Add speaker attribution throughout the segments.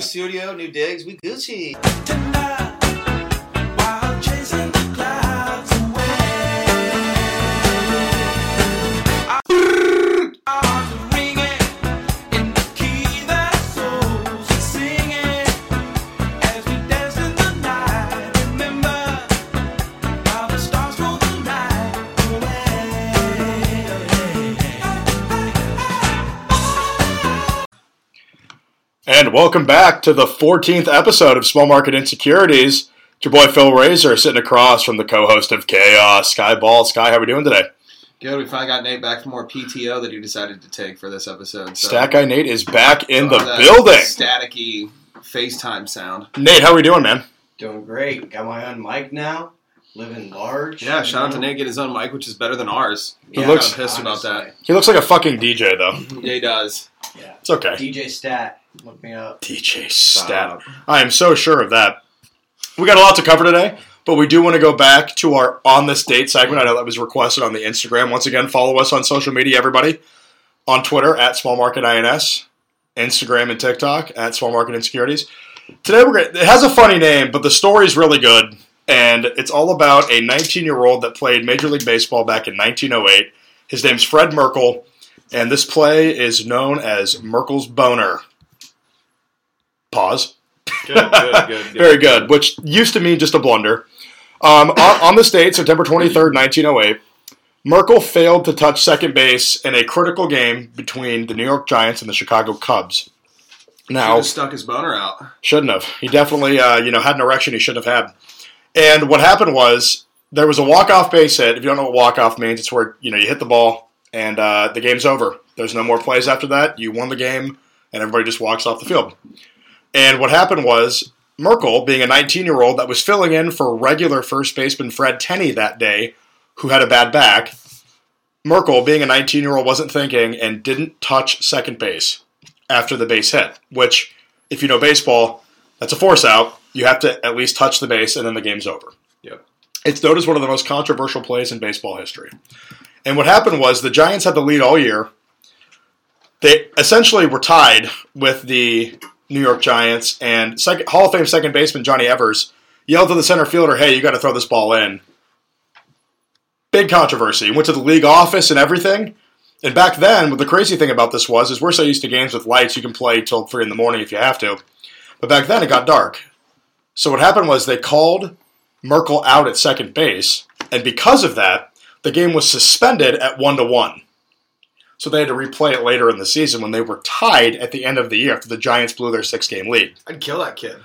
Speaker 1: studio, new digs. We Gucci.
Speaker 2: And welcome back to the 14th episode of Small Market Insecurities. It's your boy Phil Razor sitting across from the co-host of Chaos, Sky Ball. Sky, how we doing today?
Speaker 1: Good. We finally got Nate back for more PTO that he decided to take for this episode. So
Speaker 2: Stack Guy Nate is back in the
Speaker 1: All that
Speaker 2: building.
Speaker 1: Staticky FaceTime sound.
Speaker 2: Nate, how we doing, man?
Speaker 3: Doing great. Got my own mic now. Living large.
Speaker 1: Yeah, shout out to Nate getting his own mic, which is better than ours.
Speaker 2: He
Speaker 1: Yeah,
Speaker 2: looks-
Speaker 1: I'm pissed about that.
Speaker 2: He looks like a fucking DJ though.
Speaker 1: Yeah, he does.
Speaker 2: It's okay.
Speaker 3: DJ Stat, look me up.
Speaker 2: DJ stat. I am so sure of that. We got a lot to cover today, but we do want to go back to our on this date segment. I know that was requested on the Instagram. Once again, follow us on social media, everybody. On Twitter at Small Market INS, Instagram and TikTok at Small Market Insecurities. Today we're gonna, it has a funny name, but the story's really good, and it's all about a 19 year old that played Major League Baseball back in 1908. His name's Fred Merkel, and this play is known as Merkel's Boner. Pause.
Speaker 1: Good, good, good, good.
Speaker 2: Very good, which used to mean just a blunder. Um, on, on this date, September 23rd, 1908, Merkel failed to touch second base in a critical game between the New York Giants and the Chicago Cubs. Now,
Speaker 1: Should've stuck his boner out.
Speaker 2: Shouldn't have. He definitely, uh, you know, had an erection he shouldn't have had. And what happened was there was a walk-off base hit. If you don't know what walk-off means, it's where you know you hit the ball and uh, the game's over. There's no more plays after that. You won the game, and everybody just walks off the field. And what happened was Merkel, being a 19-year-old that was filling in for regular first baseman Fred Tenney that day, who had a bad back. Merkel, being a 19-year-old, wasn't thinking and didn't touch second base after the base hit, which if you know baseball, that's a force out. You have to at least touch the base, and then the game's over.
Speaker 1: Yep.
Speaker 2: It's known as one of the most controversial plays in baseball history. And what happened was the Giants had the lead all year. They essentially were tied with the New York Giants, and second, Hall of Fame second baseman Johnny Evers yelled to the center fielder, "Hey, you got to throw this ball in." Big controversy. Went to the league office and everything. And back then, what the crazy thing about this was is we're so used to games with lights, you can play till three in the morning if you have to. But back then, it got dark. So what happened was they called Merkel out at second base, and because of that, the game was suspended at one to one. So they had to replay it later in the season when they were tied at the end of the year after the Giants blew their six-game lead.
Speaker 1: I'd kill that kid.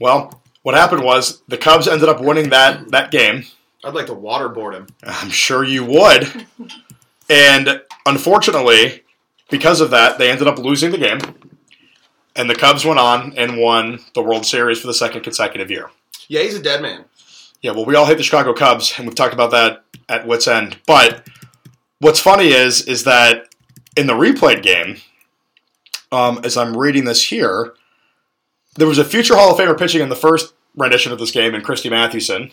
Speaker 2: Well, what happened was the Cubs ended up winning that that game.
Speaker 1: I'd like to waterboard him.
Speaker 2: I'm sure you would. And unfortunately, because of that, they ended up losing the game. And the Cubs went on and won the World Series for the second consecutive year.
Speaker 1: Yeah, he's a dead man.
Speaker 2: Yeah, well, we all hate the Chicago Cubs, and we've talked about that at wits end. But what's funny is is that in the replayed game, um, as I'm reading this here, there was a future Hall of Famer pitching in the first rendition of this game in Christy Mathewson,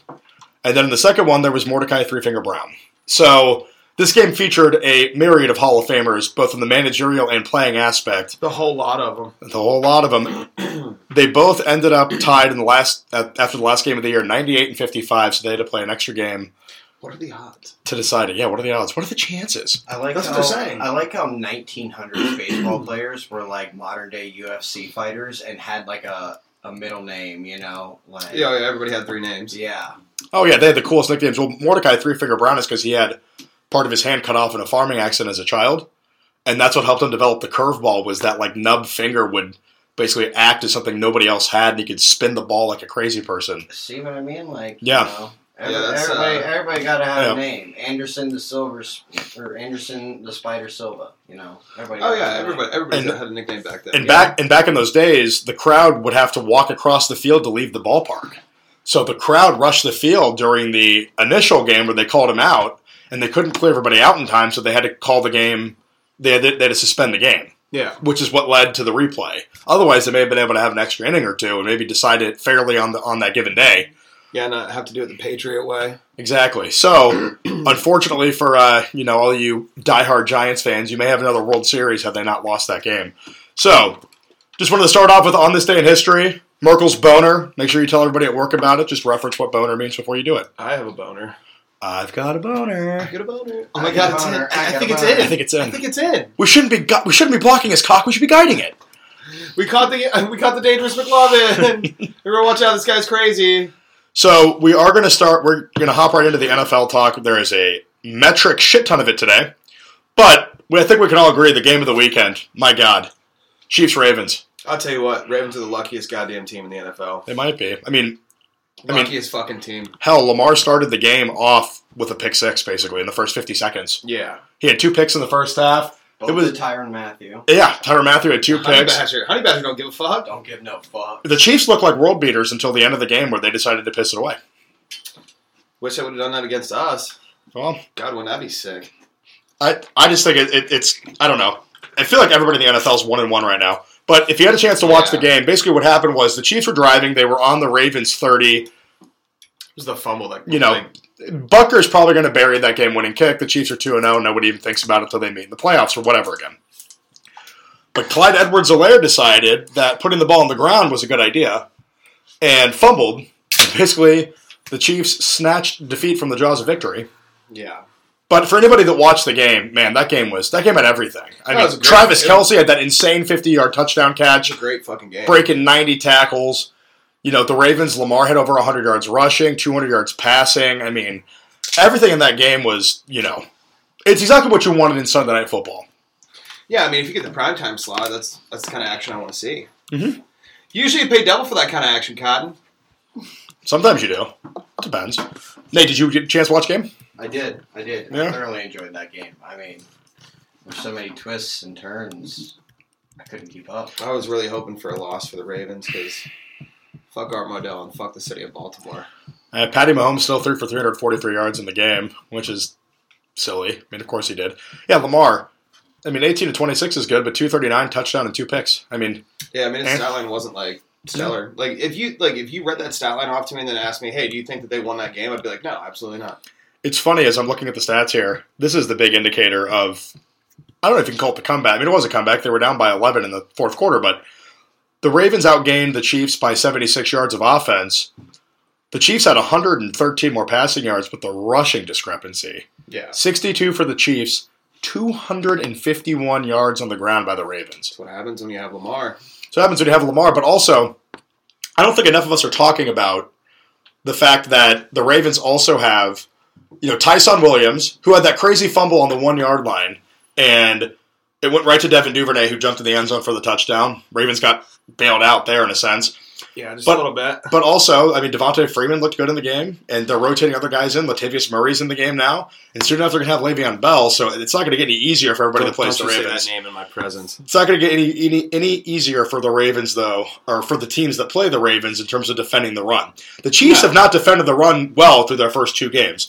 Speaker 2: and then in the second one there was Mordecai Three Finger Brown. So this game featured a myriad of Hall of Famers, both in the managerial and playing aspect
Speaker 1: The whole lot of them.
Speaker 2: the whole lot of them. they both ended up tied in the last at, after the last game of the year, ninety eight and fifty five. So they had to play an extra game
Speaker 1: What are the odds?
Speaker 2: to decide it. Yeah, what are the odds? What are the chances?
Speaker 3: I like
Speaker 1: That's
Speaker 3: how,
Speaker 1: what they're saying.
Speaker 3: I like how 1900s baseball players were like modern day UFC fighters and had like a, a middle name, you know, like
Speaker 1: Yeah, yeah, everybody had three names.
Speaker 3: yeah.
Speaker 2: Oh yeah, they had the coolest nicknames. Well, Mordecai Three Finger Brown is because he had part of his hand cut off in a farming accident as a child, and that's what helped him develop the curveball. Was that like nub finger would basically act as something nobody else had, and he could spin the ball like a crazy person.
Speaker 3: See what I mean? Like
Speaker 2: Yeah.
Speaker 3: You know, every-
Speaker 1: Yeah, that's,
Speaker 3: everybody,
Speaker 1: uh,
Speaker 3: everybody got to have
Speaker 2: yeah.
Speaker 3: a name. Anderson the Silver, Sp- or Anderson the Spider Silva. You know, everybody.
Speaker 1: Oh
Speaker 3: gotta
Speaker 1: yeah,
Speaker 3: have a name.
Speaker 1: everybody everybody
Speaker 2: And-
Speaker 1: had a nickname back then.
Speaker 2: And
Speaker 1: Yeah.
Speaker 2: back and back in those days, the crowd would have to walk across the field to leave the ballpark. So the crowd rushed the field during the initial game where they called him out, and they couldn't clear everybody out in time, so they had to call the game. They had, they had to suspend the game,
Speaker 1: Yeah.
Speaker 2: which is what led to the replay. Otherwise, they may have been able to have an extra inning or two and maybe decide it fairly on the on that given day.
Speaker 1: Yeah, and I have to do it the Patriot way.
Speaker 2: Exactly. So, unfortunately for uh, you know all you diehard Giants fans, you may have another World Series had they not lost that game. So, Just wanted to start off with on this day in history, Merkel's boner. Make sure you tell everybody at work about it. Just reference what boner means before you do it.
Speaker 4: I have a boner.
Speaker 2: I've got a boner.
Speaker 4: Get a boner.
Speaker 1: Oh my
Speaker 3: I
Speaker 1: god,
Speaker 3: got
Speaker 1: it's in.
Speaker 3: boner, I
Speaker 1: I, I
Speaker 3: got
Speaker 1: think it's
Speaker 3: boner.
Speaker 2: I
Speaker 1: in.
Speaker 2: think it's
Speaker 1: I
Speaker 2: in.
Speaker 1: think it's in.
Speaker 2: We shouldn't be gu- we shouldn't be blocking his cock. We should be guiding it.
Speaker 1: We caught the uh, we caught the dangerous McLovin. Everyone, watch out! This guy's crazy.
Speaker 2: So we are going to start. We're going to hop right into the NFL talk. There is a metric shit ton of it today, but we- I think we can all agree the game of the weekend. My God, Chiefs Ravens.
Speaker 4: I'll tell you what, Ravens are the luckiest goddamn team in the NFL.
Speaker 2: They might be. I mean, I mean-
Speaker 1: Luckiest fucking team.
Speaker 2: hell, Lamar started the game off with a pick six basically in the first 50 seconds.
Speaker 4: Yeah.
Speaker 2: He had two picks in the first half.
Speaker 3: Both it
Speaker 2: was-
Speaker 3: was Tyron Matthew.
Speaker 2: Yeah, Tyron Matthew had two
Speaker 1: Honey
Speaker 2: picks.
Speaker 1: Badger. Honey Badger don't give a fuck.
Speaker 3: Don't give no fuck.
Speaker 2: The Chiefs looked like world beaters until the end of the game where they decided to piss it away.
Speaker 1: Wish I would have done that against us.
Speaker 2: Well,
Speaker 1: God, wouldn't that be sick?
Speaker 2: I, I just think it, it, it's I don't know. I feel like everybody in the NFL is one and one right now. But if you had a chance to watch
Speaker 1: Yeah.
Speaker 2: the game, basically what happened was the Chiefs were driving. They were on the Ravens thirty.
Speaker 4: It was the fumble that
Speaker 2: You know,
Speaker 4: like,
Speaker 2: Bucker's probably going to bury that game-winning kick. The Chiefs are two and zero. Nobody even thinks about it until they meet in the playoffs or whatever again. But Clyde Edwards-Helaire decided that putting the ball on the ground was a good idea, and fumbled. Basically, the Chiefs snatched defeat from the jaws of victory.
Speaker 4: Yeah.
Speaker 2: But for anybody that watched the game, man, that game was that game had everything. I
Speaker 1: That was a
Speaker 2: mean,
Speaker 1: great
Speaker 2: Travis
Speaker 1: game.
Speaker 2: Kelsey had that insane fifty-yard touchdown catch,
Speaker 4: It's a great fucking game.
Speaker 2: breaking ninety tackles. You know, the Ravens, Lamar had over hundred yards rushing, two hundred yards passing. I mean, everything in that game was, you know, it's exactly what you wanted in Sunday Night Football.
Speaker 1: Yeah, I mean, if you get the prime time slot, that's that's the kind of action I want to see. Mm-hmm.
Speaker 2: Mhm.
Speaker 1: Usually, you pay double for that kind of action, Cotton.
Speaker 2: Sometimes you do. Depends. Nate, did you get a chance to watch the game?
Speaker 3: I did. I did.
Speaker 2: Yeah.
Speaker 3: I thoroughly enjoyed that game. I mean, there's so many twists and turns. I couldn't keep up.
Speaker 1: I was really hoping for a loss for the Ravens because fuck Art Modell and fuck the city of Baltimore.
Speaker 2: Uh, Patty Mahomes still threw for 343 yards in the game, which is silly. I mean, of course he did. Yeah, Lamar. I mean, 18 to 26 is good, but 239 touchdown and two picks. I mean,
Speaker 1: Yeah, I mean, his
Speaker 2: And-
Speaker 1: stat line wasn't like stellar. Like if you like if you read that stat line off to me and then asked me, hey, do you think that they won that game? I'd be like, no, absolutely not.
Speaker 2: it's funny as I'm looking at the stats here. This is the big indicator of I don't know if you can call it the comeback. I mean, it was a comeback. They were down by 11 in the fourth quarter, but the Ravens outgained the Chiefs by 76 yards of offense. The Chiefs had 113 more passing yards, but the rushing discrepancy
Speaker 4: yeah.
Speaker 2: 62 for the Chiefs, 251 yards on the ground by the Ravens.
Speaker 1: That's what happens when you have Lamar.
Speaker 2: So it happens when you have Lamar, but also, I don't think enough of us are talking about the fact that the Ravens also have, you know, Tyson Williams, who had that crazy fumble on the one yard line, and it went right to Devin Duvernay, who jumped in the end zone for the touchdown. Ravens got bailed out there in a sense.
Speaker 4: Yeah, just
Speaker 2: But-
Speaker 4: a little bit.
Speaker 2: But also, I mean, Devontae Freeman looked good in the game, and they're rotating other guys in. Latavius Murray's in the game now, and soon enough they're going to have Le'Veon Bell, so it's not going to get any easier for everybody that plays the
Speaker 4: you say that
Speaker 2: Ravens.
Speaker 4: name in my presence.
Speaker 2: It's not going to get any, any any easier for the Ravens though, or for the teams that play the Ravens in terms of defending the run. The Chiefs
Speaker 4: No.
Speaker 2: have not defended the run well through their first two games,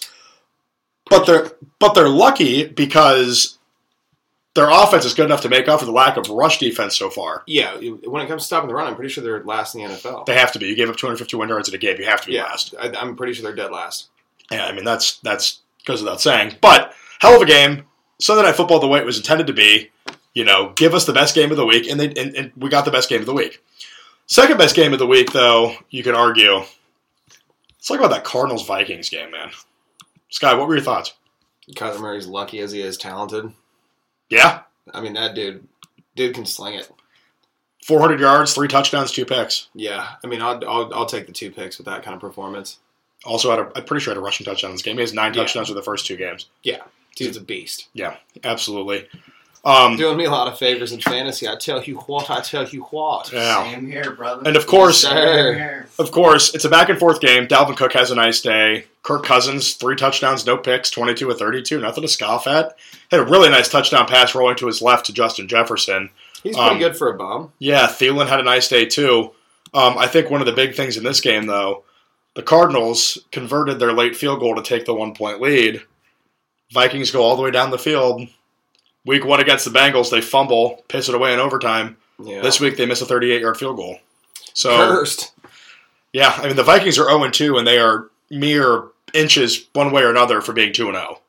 Speaker 2: but they're but they're lucky because their offense is good enough to make up for the lack of rush defense so far.
Speaker 4: Yeah, it- when it comes to stopping the run, I'm pretty sure they're last in the NFL.
Speaker 2: They have to be. You gave up 251 yards in a game. You have to be
Speaker 4: yeah,
Speaker 2: last.
Speaker 4: I, I'm pretty sure they're dead last.
Speaker 2: Yeah, I mean that's that's goes without saying. But hell of a game. Sunday Night Football the way it was intended to be. You know, give us the best game of the week, and they and, and we got the best game of the week. Second best game of the week, though, you can argue. Let's talk about that Cardinals Vikings game, man. Sky, what were your thoughts?
Speaker 4: Kyler Murray's lucky as he is talented.
Speaker 2: Yeah,
Speaker 4: I mean, that dude, dude can sling it.
Speaker 2: 400 yards, three touchdowns, two picks.
Speaker 4: Yeah, I mean, I'll, I'll, I'll take the two picks with that kind of performance.
Speaker 2: Also, had a, I'm pretty sure had a rushing touchdown in this game. He has nine
Speaker 4: Yeah.
Speaker 2: touchdowns for the first two games.
Speaker 4: Dude's a beast.
Speaker 2: Absolutely. Um,
Speaker 1: Doing me a lot of favors in fantasy. I tell you what, I tell you what.
Speaker 2: Yeah.
Speaker 3: Same here, brother.
Speaker 2: And of course-
Speaker 3: Same
Speaker 1: Sir.
Speaker 3: here.
Speaker 2: Of course, it's a back and forth game. Dalvin Cook has a nice day. Kirk Cousins, three touchdowns, no picks, 22 of 32, nothing to scoff at. Had a really nice touchdown pass rolling to his left to Justin Jefferson.
Speaker 4: He's pretty
Speaker 2: Um,
Speaker 4: good for a bum.
Speaker 2: Yeah, Thielen had a nice day too. Um, I think one of the big things in this game, though, the Cardinals converted their late field goal to take the one point lead. Vikings go all the way down the field. Week one against the Bengals, they fumble, piss it away in overtime.
Speaker 4: Yeah.
Speaker 2: This week, they miss a 38 yard field goal. So.
Speaker 4: Cursed.
Speaker 2: Yeah, I mean the Vikings are 0 2 and oh. they are mere inches one way or another for being 2 0.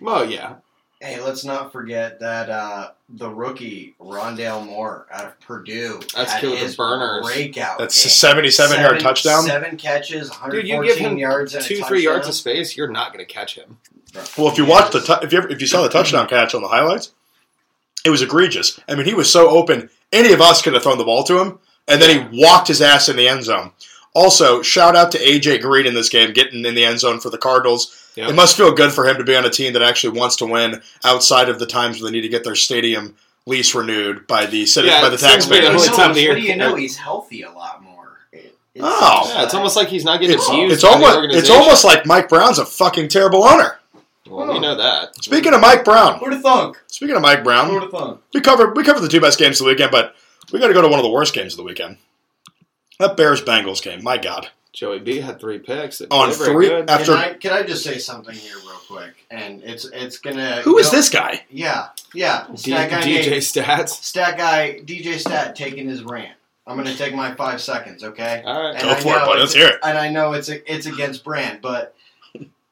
Speaker 4: Well, yeah.
Speaker 3: Hey, let's not forget that uh, the rookie Rondale Moore out of Purdue
Speaker 1: That's
Speaker 3: had
Speaker 1: killed the
Speaker 3: his
Speaker 1: burners.
Speaker 3: breakout.
Speaker 2: That's a
Speaker 3: game.
Speaker 2: 77 yard
Speaker 3: Seven-
Speaker 2: touchdown.
Speaker 3: seven catches, 114
Speaker 1: Dude, you give him
Speaker 3: yards, and a
Speaker 1: Two, three yards
Speaker 3: touchdown.
Speaker 1: of space, you're not going to catch him.
Speaker 2: Well, if you watched the tou- if you ever, if you saw the touchdown catch on the highlights, it was egregious. I mean, he was so open, any of us could have thrown the ball to him, and then he walked his ass in the end zone. Also, shout out to AJ Green in this game getting in the end zone for the Cardinals.
Speaker 4: Yeah.
Speaker 2: It must feel good for him to be on a team that actually wants to win outside of the times where they need to get their stadium lease renewed by the city
Speaker 1: Yeah,
Speaker 2: by the
Speaker 1: it seems weird.
Speaker 3: But
Speaker 1: Yeah, only
Speaker 2: taxpayers.
Speaker 3: no,
Speaker 1: time to
Speaker 3: what
Speaker 1: hear-
Speaker 3: do you know? He's healthy a lot more. It- it's-
Speaker 2: Oh.
Speaker 1: Yeah, it's almost like he's not getting
Speaker 2: It's,
Speaker 1: abused.
Speaker 2: it's
Speaker 1: by the
Speaker 2: almost it's
Speaker 1: organization.
Speaker 2: almost like Mike Brown's a fucking terrible owner.
Speaker 1: Well, we know that.
Speaker 2: Speaking of Mike Brown,
Speaker 3: Who'd have thunk?
Speaker 2: speaking of Mike Brown,
Speaker 3: Who'd have thunk?
Speaker 2: We covered we covered the two best games of the weekend, but we got to go to one of the worst games of the weekend. That Bears Bengals game, my God!
Speaker 1: Joey B had three picks. It
Speaker 2: On
Speaker 1: did very
Speaker 2: three
Speaker 1: good.
Speaker 2: after
Speaker 3: Can I, can I just say something here real quick? And it's it's gonna.
Speaker 2: who is
Speaker 3: go-
Speaker 2: this guy?
Speaker 3: Yeah, yeah.
Speaker 1: D-
Speaker 3: Stat guy,
Speaker 1: DJ
Speaker 3: named-
Speaker 1: stats.
Speaker 3: stat guy, DJ Stat taking his rant. I'm gonna take my five seconds, okay?
Speaker 1: All right.
Speaker 3: And
Speaker 2: Go
Speaker 3: I
Speaker 2: for it,
Speaker 3: know
Speaker 2: buddy. Let's hear it.
Speaker 3: and I know it's it's against brand, but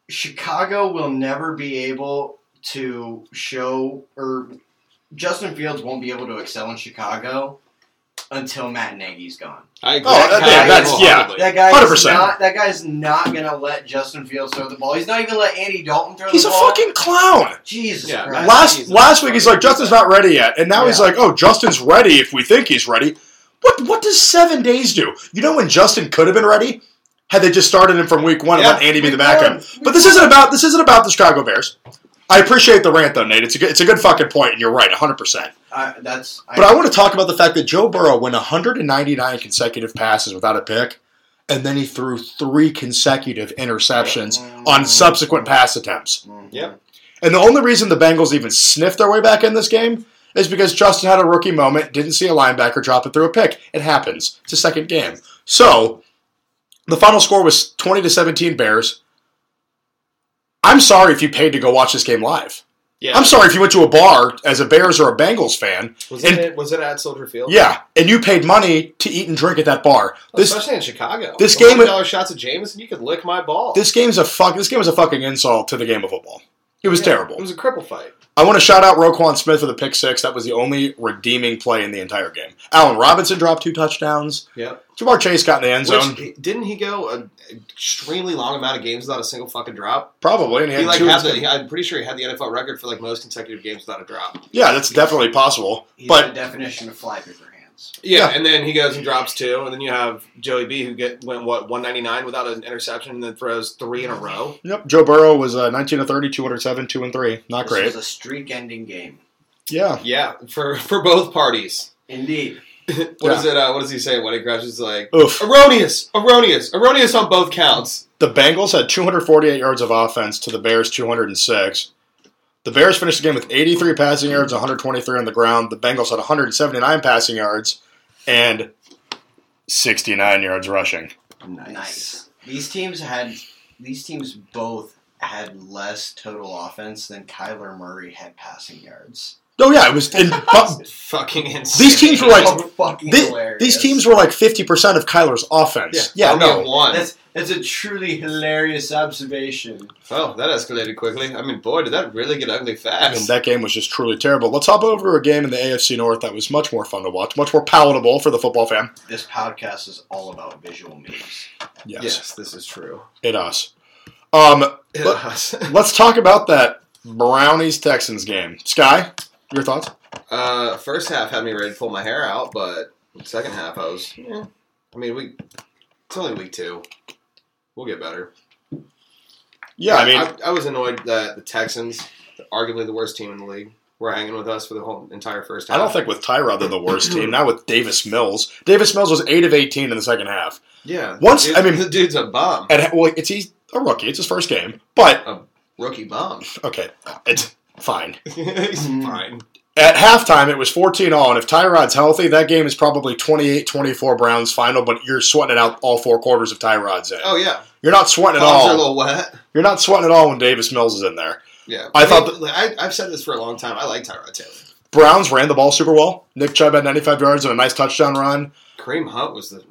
Speaker 3: Chicago will never be able to show or Justin Fields won't be able to excel in Chicago until Matt Nagy's gone.
Speaker 1: I agree.
Speaker 2: Oh, that-
Speaker 3: yeah,
Speaker 2: that's- yeah.
Speaker 1: Wholeheartedly.
Speaker 3: That guy is
Speaker 2: 100%.
Speaker 3: not that guy's not gonna let Justin Fields throw the ball. He's not even gonna let Andy Dalton throw
Speaker 2: He's
Speaker 3: the
Speaker 2: a
Speaker 3: ball.
Speaker 2: fucking clown.
Speaker 3: Jesus
Speaker 1: Yeah,
Speaker 3: Christ.
Speaker 2: Last
Speaker 1: Jesus.
Speaker 2: last week he's like Justin's not ready yet, and now he's
Speaker 3: Yeah.
Speaker 2: like, oh, Justin's ready if we think he's ready. What what does seven days do? You know when Justin could have been ready had they just started him from week one
Speaker 1: Yeah,
Speaker 2: and let Andy be the
Speaker 3: week
Speaker 2: backup.
Speaker 3: one.
Speaker 2: But this isn't about this isn't about the Chicago Bears. I appreciate the rant though, Nate. It's a good, it's a good fucking point, and you're right, hundred percent.
Speaker 3: I, that's
Speaker 2: But I want to talk about the fact that Joe Burrow went 199 consecutive passes without a pick, and then he threw three consecutive interceptions on subsequent pass attempts.
Speaker 3: Mhm.
Speaker 1: Yep.
Speaker 2: And the only reason the Bengals even sniffed their way back in this game is because Justin had a rookie moment, didn't see a linebacker drop it through a pick. It happens. It's a second game. So the final score was 20 to 17 Bears. I'm sorry if you paid to go watch this game live.
Speaker 1: Yeah.
Speaker 2: I'm sorry if you went to a bar as a Bears or a Bengals fan
Speaker 1: Was
Speaker 2: And-
Speaker 1: it was it at Soldier Field?
Speaker 2: yeah, and you paid money to eat and drink at that bar. This
Speaker 1: especially in Chicago.
Speaker 2: this
Speaker 1: The
Speaker 2: game-
Speaker 1: one dollar shots of Jameson, you could lick my ball.
Speaker 2: this game's a fuck. This game was a fucking insult to the game of football. It was
Speaker 1: Yeah, It
Speaker 2: terrible.
Speaker 1: was a cripple fight.
Speaker 2: I want to shout out Roquan Smith for the pick six. That was the only redeeming play in the entire game. Allen Robinson dropped two touchdowns.
Speaker 1: Yep.
Speaker 2: Jamar Chase got in the end zone,
Speaker 1: Which, didn't he go an extremely long amount of games without a single fucking drop?
Speaker 2: probably, and he,
Speaker 1: He
Speaker 2: had
Speaker 1: like
Speaker 2: two.
Speaker 1: had the, he- I'm pretty sure he had the NFL record for like most consecutive games without a drop.
Speaker 2: yeah, that's definitely possible.
Speaker 3: He's
Speaker 2: But
Speaker 3: the definition of fly paper hands.
Speaker 1: Yeah,
Speaker 2: Yeah.
Speaker 1: and then he goes and drops two, and then you have Joey B who get went what 199 without an interception, and then throws three in a row.
Speaker 2: yep, Joe Burrow was uh, 19 to 30, 207, 2 and 3. Not
Speaker 3: this
Speaker 2: great.
Speaker 3: was a streak ending game.
Speaker 2: yeah.
Speaker 1: Yeah, for for both parties.
Speaker 3: Indeed.
Speaker 1: What is it? Uh, what does he say when it crashes? Like
Speaker 2: Oof.
Speaker 1: erroneous, erroneous, erroneous on both counts.
Speaker 2: The Bengals had 248 yards of offense to the Bears 206. The Bears finished the game with 83 passing yards, 123 on the ground. The Bengals had 179 passing yards and 69 yards rushing.
Speaker 3: Nice. These teams had these teams both had less total offense than Kyler Murray had passing yards.
Speaker 2: Oh yeah, it was. And, but
Speaker 1: Fucking insane.
Speaker 2: these teams were like
Speaker 3: Oh, fucking
Speaker 2: thi-
Speaker 3: hilarious.
Speaker 2: these teams were like 50 percent of Kyler's offense. Yeah, Oh,
Speaker 1: Only
Speaker 2: no,
Speaker 1: one.
Speaker 3: That's that's a truly hilarious observation.
Speaker 1: oh, that escalated quickly. I mean, boy, did that really get ugly
Speaker 2: I mean,
Speaker 1: fast.
Speaker 2: that game was just truly terrible. Let's hop over to a game in the AFC North that was much more fun to watch, much more palatable for the football fan.
Speaker 3: This podcast is all about visual memes.
Speaker 2: Yes,
Speaker 1: yes, this is true.
Speaker 2: it us. Um, Look-
Speaker 1: uh,
Speaker 2: Let's talk about that Brownies Texans game. Sky, your thoughts?
Speaker 1: Uh, first half had me ready to pull my hair out, but second half I was. eh. I mean, we. It's only week two. We'll get better.
Speaker 2: Yeah, I mean,
Speaker 1: I, was annoyed that the Texans, arguably the worst team in the league, were hanging with us for the whole entire first half.
Speaker 2: I don't think with Tyrod they're the worst team. Not with Davis Mills. Davis Mills was eight of eighteen in the second half.
Speaker 1: Yeah.
Speaker 2: Once-
Speaker 1: the
Speaker 2: I mean-
Speaker 1: the dude's a bum,
Speaker 2: And well, it's he's a rookie. It's his first game, but
Speaker 1: rookie bum.
Speaker 2: okay, it's fine.
Speaker 1: He's
Speaker 2: Mm.
Speaker 1: fine.
Speaker 2: At halftime, it was 14 all, and if Tyrod's healthy, that game is probably 28-24 Browns final. But you're sweating it out all four quarters of Tyrod's in.
Speaker 1: Oh yeah.
Speaker 2: You're not sweating at
Speaker 1: Palms are a
Speaker 2: all.
Speaker 1: little wet.
Speaker 2: You're not sweating at all when Davis Mills is in there.
Speaker 1: Yeah.
Speaker 2: I thought
Speaker 1: mean, I, I've said this for a long time. I like Tyrod Taylor.
Speaker 2: Browns ran the ball super well. Nick Chubb had 95 yards and a nice touchdown run.
Speaker 1: Kareem Hunt was the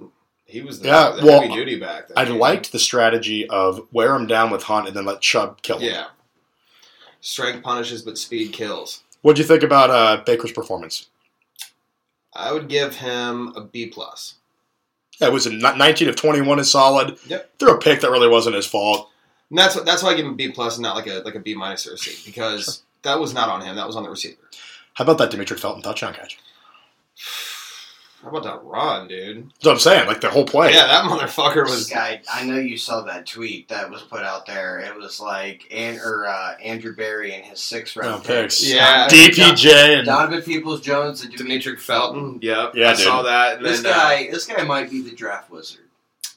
Speaker 1: he was the,
Speaker 2: Yeah,
Speaker 1: the
Speaker 2: well,
Speaker 1: heavy duty back. That
Speaker 2: I
Speaker 1: game.
Speaker 2: liked the strategy of wear him down with Hunt and then let Chubb kill him.
Speaker 1: Yeah. Strength punishes, but speed kills.
Speaker 2: What do you think about uh, Baker's performance?
Speaker 1: I would give him a B plus.
Speaker 2: Yeah, it was a ni- 19 of 21 is solid.
Speaker 1: Yep.
Speaker 2: Threw a pick that really wasn't his fault.
Speaker 1: And that's that's why I give him a B plus and not like a like a B minus or a C because that was not on him. That was on the receiver.
Speaker 2: How about that Demetric Felton touchdown catch?
Speaker 1: How about that run, dude?
Speaker 2: That's what I'm saying. Like the whole play.
Speaker 1: Yeah, that motherfucker was.
Speaker 3: Sky, I know you saw that tweet that was put out there. It was like and, or, uh, Andrew Berry and his six round
Speaker 2: Oh, picks.
Speaker 1: Yeah,
Speaker 2: DPJ and
Speaker 3: Donovan Peoples Jones and Dimitri
Speaker 1: Demetric Felton. Yep.
Speaker 2: Yeah,
Speaker 1: I saw
Speaker 2: dude.
Speaker 1: that. And
Speaker 3: This
Speaker 1: then, uh,
Speaker 3: guy, this guy might be the draft wizard.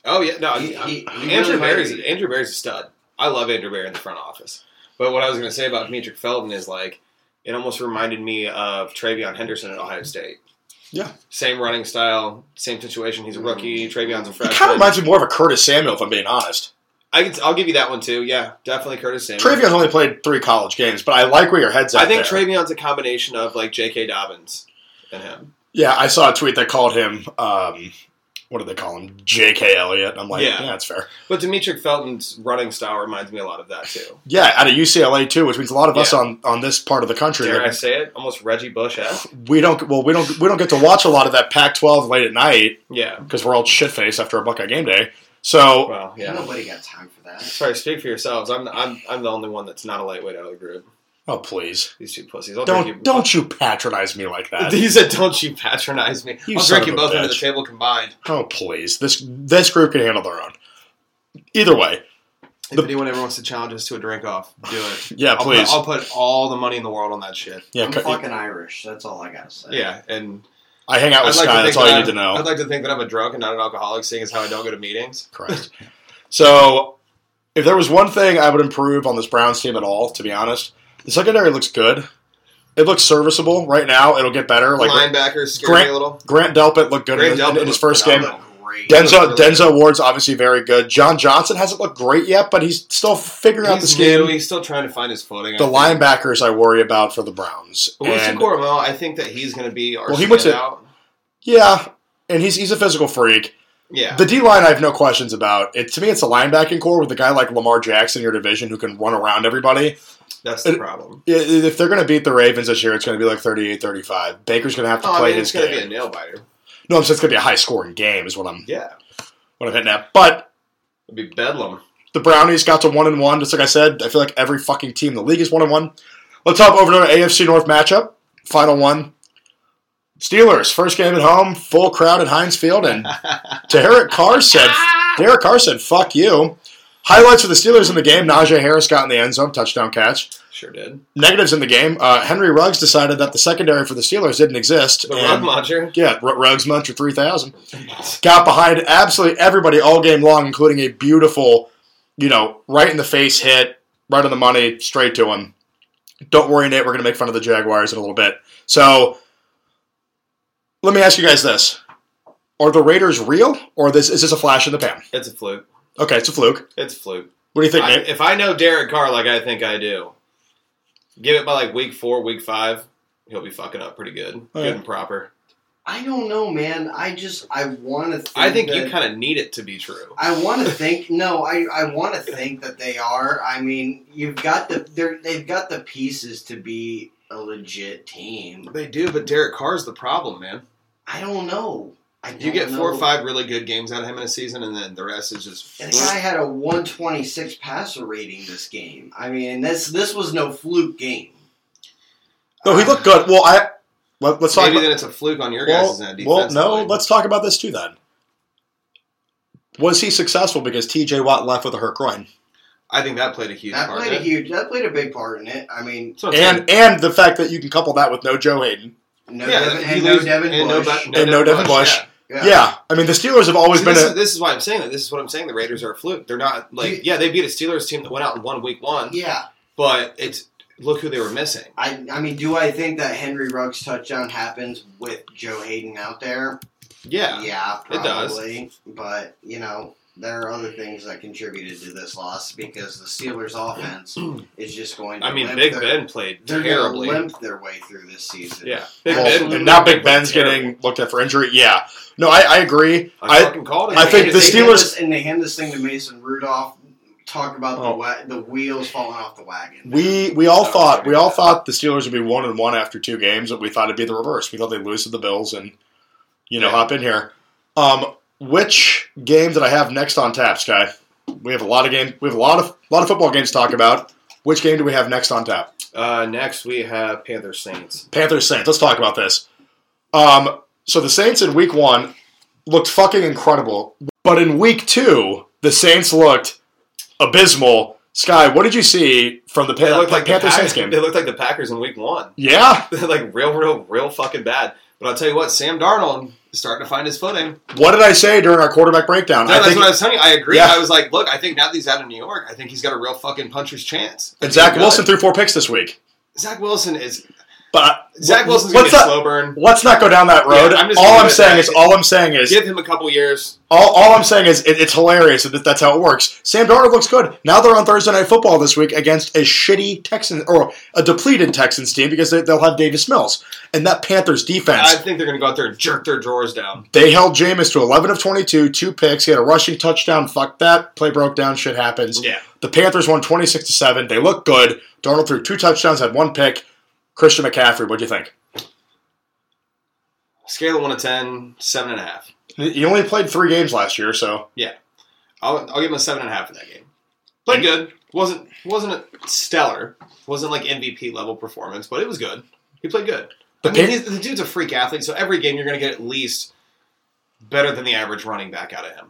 Speaker 1: oh yeah, no.
Speaker 3: He-
Speaker 1: I'm-
Speaker 3: he- he
Speaker 1: Andrew
Speaker 3: really might
Speaker 1: Barry's
Speaker 3: be.
Speaker 1: Andrew Barry's a stud. I love Andrew Barry in the front office. But what I was going to say about Demetric Felton is like it almost reminded me of Travion Henderson at Ohio State.
Speaker 2: Yeah.
Speaker 1: same running style, same situation. He's a rookie.
Speaker 3: Mm-hmm.
Speaker 1: Travion's a
Speaker 2: It kind of
Speaker 1: freshman.
Speaker 2: reminds me more of a Curtis Samuel, if I'm being honest.
Speaker 1: I can, I'll give you that one too. Yeah, definitely Curtis Samuel.
Speaker 2: Travion's only played three college games, but I like where your head's at.
Speaker 1: I think
Speaker 2: there.
Speaker 1: Travion's a combination of like J.K. Dobbins and him.
Speaker 2: Yeah, I saw a tweet that called him. Um, what do they call him? J.K. Elliott. I'm like, yeah.
Speaker 1: Yeah.
Speaker 2: that's fair.
Speaker 1: But Demetric Felton's running style reminds me a lot of that too.
Speaker 2: Yeah, out of UCLA too, which means a lot of us
Speaker 1: Yeah.
Speaker 2: on, on this part of the country,
Speaker 1: Dare I say it? Almost Reggie Bush esque.
Speaker 2: we don't well we don't we don't get to watch a lot of that Pac-12 late at night
Speaker 1: Yeah.
Speaker 2: because we're all shit faced after a Buckeye game day. So
Speaker 1: Well, yeah.
Speaker 3: Nobody got time for that.
Speaker 1: Sorry, speak for yourselves. I'm, I'm I'm the only one that's not a lightweight out of the group.
Speaker 2: oh please
Speaker 1: These two pussies. I'll
Speaker 2: don't
Speaker 1: drink you.
Speaker 2: don't you patronize me like that.
Speaker 1: He said, "Don't you patronize me."
Speaker 2: You
Speaker 1: I'll
Speaker 2: son
Speaker 1: drink you
Speaker 2: of a
Speaker 1: both under the
Speaker 2: bitch.
Speaker 1: table combined.
Speaker 2: Oh please this this group can handle their own. Either way,
Speaker 1: If
Speaker 2: The-
Speaker 1: anyone ever wants to challenge us to a drink off, do it.
Speaker 2: yeah
Speaker 1: I'll,
Speaker 2: please
Speaker 1: Put, I'll put all the money in the world on that shit.
Speaker 2: yeah
Speaker 3: I'm
Speaker 2: cut-
Speaker 3: fucking Irish. That's all I gotta say.
Speaker 1: Yeah, and
Speaker 2: I hang out with
Speaker 1: I'd like to
Speaker 2: Sky.
Speaker 1: think
Speaker 2: That's all
Speaker 1: that
Speaker 2: you
Speaker 1: I'm-
Speaker 2: need to know.
Speaker 1: I'd like to think that I'm a drunk and not an alcoholic, seeing as how I don't go to meetings.
Speaker 2: Correct. so, if there was one thing I would improve on this Browns team at all, to be honest, the secondary looks good. It looks serviceable right now. It'll get better. Like
Speaker 1: Linebackers scare
Speaker 2: Grant-
Speaker 1: me a little.
Speaker 2: Grant Delpit looked good in,
Speaker 1: Grant
Speaker 2: in- in
Speaker 1: Delpit
Speaker 2: his
Speaker 1: looked
Speaker 2: first
Speaker 3: Y'all
Speaker 2: game.
Speaker 1: phenomenal.
Speaker 3: look great.
Speaker 2: Denzel
Speaker 1: looked really
Speaker 2: Denzel Ward's obviously very good. John Johnson hasn't looked great yet, but he's still figuring out the
Speaker 1: He's new.
Speaker 2: scheme.
Speaker 1: He's still trying to find his footing. I
Speaker 2: The
Speaker 1: think.
Speaker 2: linebackers I worry about for the Browns.
Speaker 1: But with
Speaker 2: And-
Speaker 1: Cormo, I think that he's going to be our
Speaker 2: Well, he went to-
Speaker 1: standout.
Speaker 2: yeah, and he's he's a physical freak.
Speaker 1: yeah.
Speaker 2: The D line, I have no questions about. It to me, it's a linebacking core with a guy like Lamar Jackson in your division who can run around everybody.
Speaker 1: that's the
Speaker 2: it-
Speaker 1: problem.
Speaker 2: Yeah, if they're going to beat the Ravens this year, it's going to be like 38-35. Baker's going to have to
Speaker 1: Oh, I
Speaker 2: play
Speaker 1: mean,
Speaker 2: his
Speaker 1: it's going
Speaker 2: game.
Speaker 1: to be a nail biter.
Speaker 2: no, I'm saying it's going to be a high scoring game is what I'm
Speaker 1: Yeah,
Speaker 2: what I'm hitting at. But
Speaker 1: it'd be bedlam.
Speaker 2: the Brownies got to one and one. Just like I said, I feel like every fucking team in the league is one and one. Let's hop over to our AFC North matchup, final one. Steelers first game at home, full crowd at Heinz Field, and Derek Carr said, "Derek Carr said, fuck you." Highlights for the Steelers in the game: Najee Harris got in the end zone, touchdown catch.
Speaker 1: Sure did.
Speaker 2: negatives in the game. Uh, Henry Ruggs decided that the secondary for the Steelers didn't exist.
Speaker 1: The rug
Speaker 2: and-
Speaker 1: launcher.
Speaker 2: yeah, R- Ruggs Muncher 3000 got behind absolutely everybody all game long, including a beautiful, you know, right in the face hit, right on the money, straight to him. Don't worry, Nate. We're going to make fun of the Jaguars in a little bit. So, let me ask you guys this: Are the Raiders real, or this is this a flash in the pan?
Speaker 1: It's a fluke.
Speaker 2: Okay, it's a fluke.
Speaker 1: It's a fluke.
Speaker 2: What do you think,
Speaker 1: I,
Speaker 2: Nate?
Speaker 1: if I know Derek Carr like I think I do, give it by like week four, week five, he'll be fucking up pretty good,
Speaker 2: All right.
Speaker 1: good and proper.
Speaker 3: I don't know, man. I just I want to.
Speaker 1: I think
Speaker 3: that-
Speaker 1: you kind of need it to be true.
Speaker 3: I want to think. No, I, I want to think that they are. I mean, you've got the they're, they've got the pieces to be a legit team.
Speaker 1: They do, but Derek Carr's the problem, man.
Speaker 3: I don't know. I
Speaker 1: You
Speaker 3: don't
Speaker 1: get four or
Speaker 3: know.
Speaker 1: five really good games out of him in a season, and then the rest is just.
Speaker 3: And the guy had a 126 passer rating this game. I mean, this this was no fluke game.
Speaker 2: No, he looked good. Well, I let, us talk.
Speaker 1: Maybe
Speaker 2: about-
Speaker 1: then it's a fluke on your guys' end.
Speaker 2: well, no.
Speaker 1: defensively.
Speaker 2: Let's talk about this too. Then was he successful because T.J. Watt left with a hurt groin,
Speaker 1: I think that played a huge
Speaker 3: That
Speaker 1: part.
Speaker 3: played
Speaker 1: in
Speaker 3: a
Speaker 1: it.
Speaker 3: huge. That played a big part in it. I mean,
Speaker 1: That's what I'm saying.
Speaker 2: and and the fact that you can couple that with no Joe Hayden.
Speaker 3: no
Speaker 1: Yeah,
Speaker 3: Devin,
Speaker 1: he
Speaker 3: and no
Speaker 1: loses-
Speaker 3: Devin
Speaker 1: and no
Speaker 3: Bush.
Speaker 1: Ba-
Speaker 2: And no Devin Bush.
Speaker 1: yeah.
Speaker 2: Yeah. I mean the Steelers have always
Speaker 1: See,
Speaker 2: been
Speaker 1: this,
Speaker 2: a
Speaker 1: is, this is why I'm saying that. This is what I'm saying. The Raiders are a fluke. They're not
Speaker 3: You-
Speaker 1: like yeah, they beat a Steelers team that went out and won week one,
Speaker 3: yeah.
Speaker 1: but it's look who they were missing.
Speaker 3: I, I mean, do I think that Henry Ruggs touchdown happens with Joe Hayden out there?
Speaker 1: Yeah,
Speaker 3: probably.
Speaker 1: it does.
Speaker 3: But you know, there are other things that contributed to this loss because the Steelers' offense is just going. to
Speaker 1: I mean
Speaker 3: limp
Speaker 1: Big
Speaker 3: their,
Speaker 1: Ben played
Speaker 3: They're
Speaker 1: terribly.
Speaker 3: going to limp their way through this season.
Speaker 1: Yeah, Big
Speaker 2: well,
Speaker 1: Ben.
Speaker 2: and now Big Ben's getting looked at for injury. Yeah, no, I, I agree.
Speaker 1: I,
Speaker 2: I
Speaker 1: fucking called it.
Speaker 2: I
Speaker 3: And
Speaker 2: think
Speaker 3: they-
Speaker 2: the
Speaker 3: they hand
Speaker 2: Steelers-
Speaker 3: this- and they hand this thing to Mason Rudolph talk about
Speaker 2: Oh.
Speaker 3: the wa- the wheels falling off the wagon.
Speaker 2: We we
Speaker 1: Oh,
Speaker 2: all thought we all thought the Steelers would be one and one after two games, but we thought it'd be the reverse. We thought they'd lose to the Bills and you know
Speaker 1: Yeah.
Speaker 2: hop in here. Um, which game did I have next on tap, Sky? We have a lot of game. We have a lot of lot of football games to talk about. Which game do we have next on tap?
Speaker 1: Uh, next, we have Panthers Saints.
Speaker 2: Panthers Saints. Let's talk about this. Um, so the Saints in Week One looked fucking incredible, but in Week Two the Saints looked abysmal. Sky, what did you see from the
Speaker 1: They
Speaker 2: Pan-
Speaker 1: looked like the
Speaker 2: Panthers
Speaker 1: Packers.
Speaker 2: Saints game?
Speaker 1: They looked like the Packers in Week One.
Speaker 2: Yeah.
Speaker 1: They're like real, real, real fucking bad. But I'll tell you what, Sam Darnold is starting to find his footing.
Speaker 2: What did I say during our quarterback breakdown?
Speaker 1: No,
Speaker 2: I
Speaker 1: that's
Speaker 2: think
Speaker 1: what I was telling you. I agree.
Speaker 2: Yeah.
Speaker 1: I was like, look, I think now that he's out of New York, I think he's got a real fucking puncher's chance.
Speaker 2: and Zach
Speaker 1: Good.
Speaker 2: Wilson threw four picks this week.
Speaker 1: Zach Wilson is
Speaker 2: But
Speaker 1: Zach
Speaker 2: wh-
Speaker 1: Wilson's gonna
Speaker 2: let's
Speaker 1: get a
Speaker 2: not,
Speaker 1: slow burn.
Speaker 2: let's not go down that road.
Speaker 1: Yeah, I'm just
Speaker 2: all
Speaker 1: gonna
Speaker 2: I'm
Speaker 1: go
Speaker 2: saying
Speaker 1: back.
Speaker 2: is all I'm saying is
Speaker 1: Give him a couple years.
Speaker 2: all, all I'm saying is it, it's hilarious that that's how it works. Sam Darnold looks good. Now they're on Thursday night football this week against a shitty Texan or a depleted Texans team because they, they'll have Davis Mills and that Panthers
Speaker 1: I
Speaker 2: defense.
Speaker 1: think they're gonna go out there and jerk their drawers down.
Speaker 2: they held Jameis to 11 of 22, two picks. He had a rushing touchdown. Fuck that. Play broke down. Shit happens.
Speaker 1: Yeah.
Speaker 2: The Panthers won 26 to 7. They look good. Darnold threw two touchdowns, had one pick. Christian McCaffrey, what'd you think?
Speaker 1: Scale of one to ten, seven and a half.
Speaker 2: He only played three games last year, so
Speaker 1: I'll I'll give him a seven and a half in that game.
Speaker 2: Mm-hmm.
Speaker 1: Played good. Wasn't wasn't a stellar. Wasn't like MVP level performance, but it was good. He played good.
Speaker 2: The
Speaker 1: I mean,
Speaker 2: Pan-
Speaker 1: he's, the dude's a freak athlete, so every game you're gonna get at least better than the average running back out of him.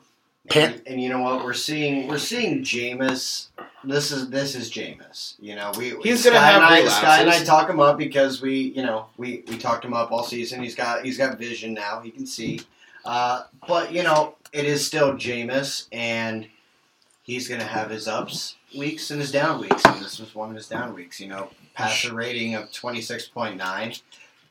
Speaker 2: Pan-
Speaker 3: And, and you know what? We're seeing we're seeing Jameis. This is this is Jameis. You know, we
Speaker 1: He's gonna have
Speaker 3: and I,
Speaker 1: relapses.
Speaker 3: Sky and I talk him up because we you know we we talked him up all season. He's got he's got vision now. He can see. Uh, but you know, it is still Jameis, and he's gonna have his ups weeks and his down weeks. And this was one of his down weeks. You know, passer rating of twenty six point nine.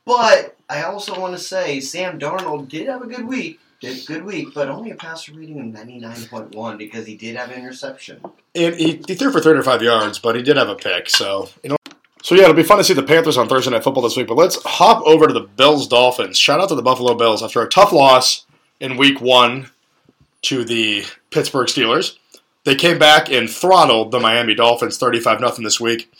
Speaker 3: But I also want to say Sam Darnold did have a good week. Did a good week, but only a passer rating of ninety nine point one because he did have an interception.
Speaker 2: and he, he threw for 35 yards, but he did have a pick, so you know. So yeah, it'll be fun to see the Panthers on Thursday night football this week. But let's hop over to the Bills Dolphins. Shout out to the Buffalo Bills after a tough loss in Week One to the Pittsburgh Steelers. They came back and throttled the Miami Dolphins 35 0 this week.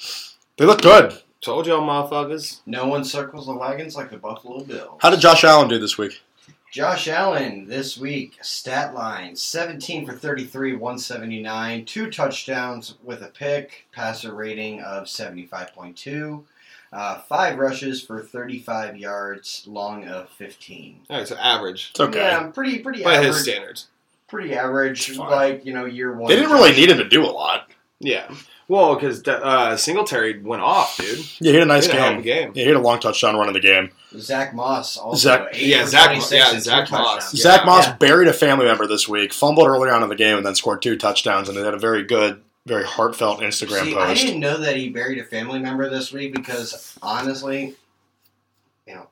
Speaker 2: They look good.
Speaker 1: Told y'all motherfuckers.
Speaker 3: No one circles the wagons like the Buffalo Bill.
Speaker 2: How did Josh Allen do this week?
Speaker 3: Josh Allen this week stat line seventeen for thirty three, one seventy nine, two touchdowns with a pick, passer rating of seventy five point two. Uh, five rushes for 35 yards, long of 15.
Speaker 1: All right, so average.
Speaker 2: It's okay.
Speaker 3: Yeah, pretty pretty
Speaker 1: By
Speaker 3: average.
Speaker 1: his standards.
Speaker 3: pretty average,
Speaker 2: It's fine.
Speaker 3: like you know, year one.
Speaker 2: They didn't really need him to do a lot.
Speaker 1: Yeah. Well, because uh, Singletary went off, dude.
Speaker 2: Yeah, he had a nice
Speaker 1: He had a hell of
Speaker 2: game.
Speaker 1: a game.
Speaker 2: Yeah, he had a long touchdown run in the game.
Speaker 3: Zach Moss also.
Speaker 2: Zach-
Speaker 3: eight
Speaker 1: yeah,
Speaker 3: for
Speaker 1: Zach-
Speaker 3: 26
Speaker 1: yeah,
Speaker 3: and two
Speaker 1: Zach Moss.
Speaker 3: touchdowns.
Speaker 1: Yeah.
Speaker 2: Zach Moss
Speaker 3: Yeah.
Speaker 2: buried a family member this week, fumbled early on in the game, and then scored two touchdowns. And they had a very good, very heartfelt Instagram
Speaker 3: See, I
Speaker 2: post.
Speaker 3: didn't know that he buried a family member this week because honestly, you know,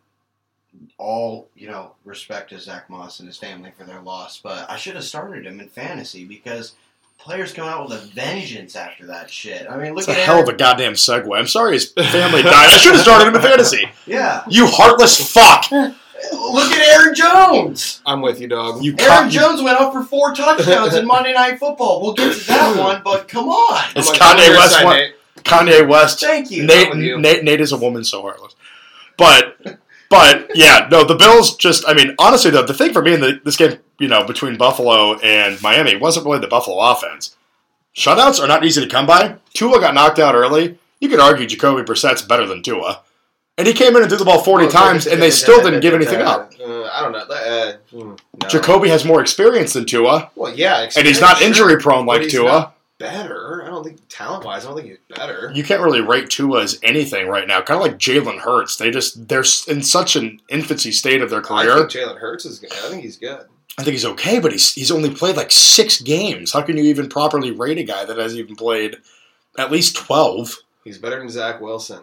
Speaker 3: all you know, respect to Zach Moss and his family for their loss, but I should have started him in fantasy because players come out with a vengeance after that shit. I mean, look
Speaker 2: It's a
Speaker 3: at
Speaker 2: hell of a
Speaker 3: Aaron-
Speaker 2: goddamn segue. I'm sorry his family died. I should have started him in fantasy.
Speaker 3: yeah.
Speaker 2: You heartless fuck.
Speaker 3: Look at Aaron Jones.
Speaker 1: I'm with you, dog.
Speaker 2: You
Speaker 3: Aaron
Speaker 2: cotton.
Speaker 3: Jones went up for four touchdowns in Monday Night Football. We'll get to that one, but come on.
Speaker 2: It's
Speaker 1: I'm like,
Speaker 2: Kanye
Speaker 1: I'm on your
Speaker 2: West
Speaker 1: side,
Speaker 2: one.
Speaker 1: Nate.
Speaker 2: Kanye West.
Speaker 3: Thank you.
Speaker 2: Nate,
Speaker 1: with you.
Speaker 2: Nate, Nate is a woman so heartless. But, but yeah, no, the Bills just, I mean, honestly, though, the thing for me in the, this game, you know, between Buffalo and Miami wasn't really the Buffalo offense. Shutouts are not easy to come by. Tua got knocked out early. You could argue Jacoby Brissett's better than Tua. And he came in and threw the ball 40 times, and they still didn't give anything up.
Speaker 1: Uh, I don't know. Uh, hmm, no.
Speaker 2: Jacoby has more experience than Tua,
Speaker 1: Well, yeah,
Speaker 2: and he's not
Speaker 1: sure.
Speaker 2: injury prone
Speaker 1: But
Speaker 2: like
Speaker 1: he's
Speaker 2: Tua.
Speaker 1: not Better. I don't think talent wise. I don't think he's better.
Speaker 2: You can't really rate Tua as anything right now. Kind of like Jalen Hurts. They just, they're s- in such an infancy state of their career.
Speaker 1: I think Jalen Hurts is good. I think he's good.
Speaker 2: I think he's okay, but he's he's only played like six games. How can you even properly rate a guy that hasn't even played at least twelve?
Speaker 1: He's better than Zach Wilson,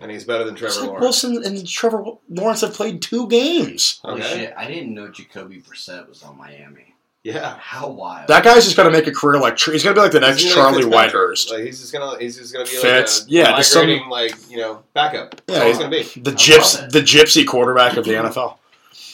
Speaker 1: and he's better than
Speaker 2: It's
Speaker 1: Trevor
Speaker 2: like
Speaker 1: Lawrence.
Speaker 2: Wilson and Trevor Lawrence have played two games.
Speaker 3: Holy
Speaker 1: Okay.
Speaker 3: shit, I didn't know Jacoby Brissett was on Miami.
Speaker 1: Yeah.
Speaker 3: How wild.
Speaker 2: That guy's just gonna make a career like he's gonna be like the next
Speaker 1: He's gonna
Speaker 2: Charlie
Speaker 1: be like Fitzpatrick.
Speaker 2: Whitehurst,
Speaker 1: Like he's just gonna he's just gonna be like
Speaker 2: Fitz.
Speaker 1: a
Speaker 2: Yeah, just some-
Speaker 1: migrating like you know backup. That's
Speaker 2: Yeah,
Speaker 1: all he's
Speaker 2: he's-
Speaker 1: gonna be.
Speaker 2: the
Speaker 3: love
Speaker 2: gyps,
Speaker 3: it.
Speaker 2: the gypsy quarterback of the NFL.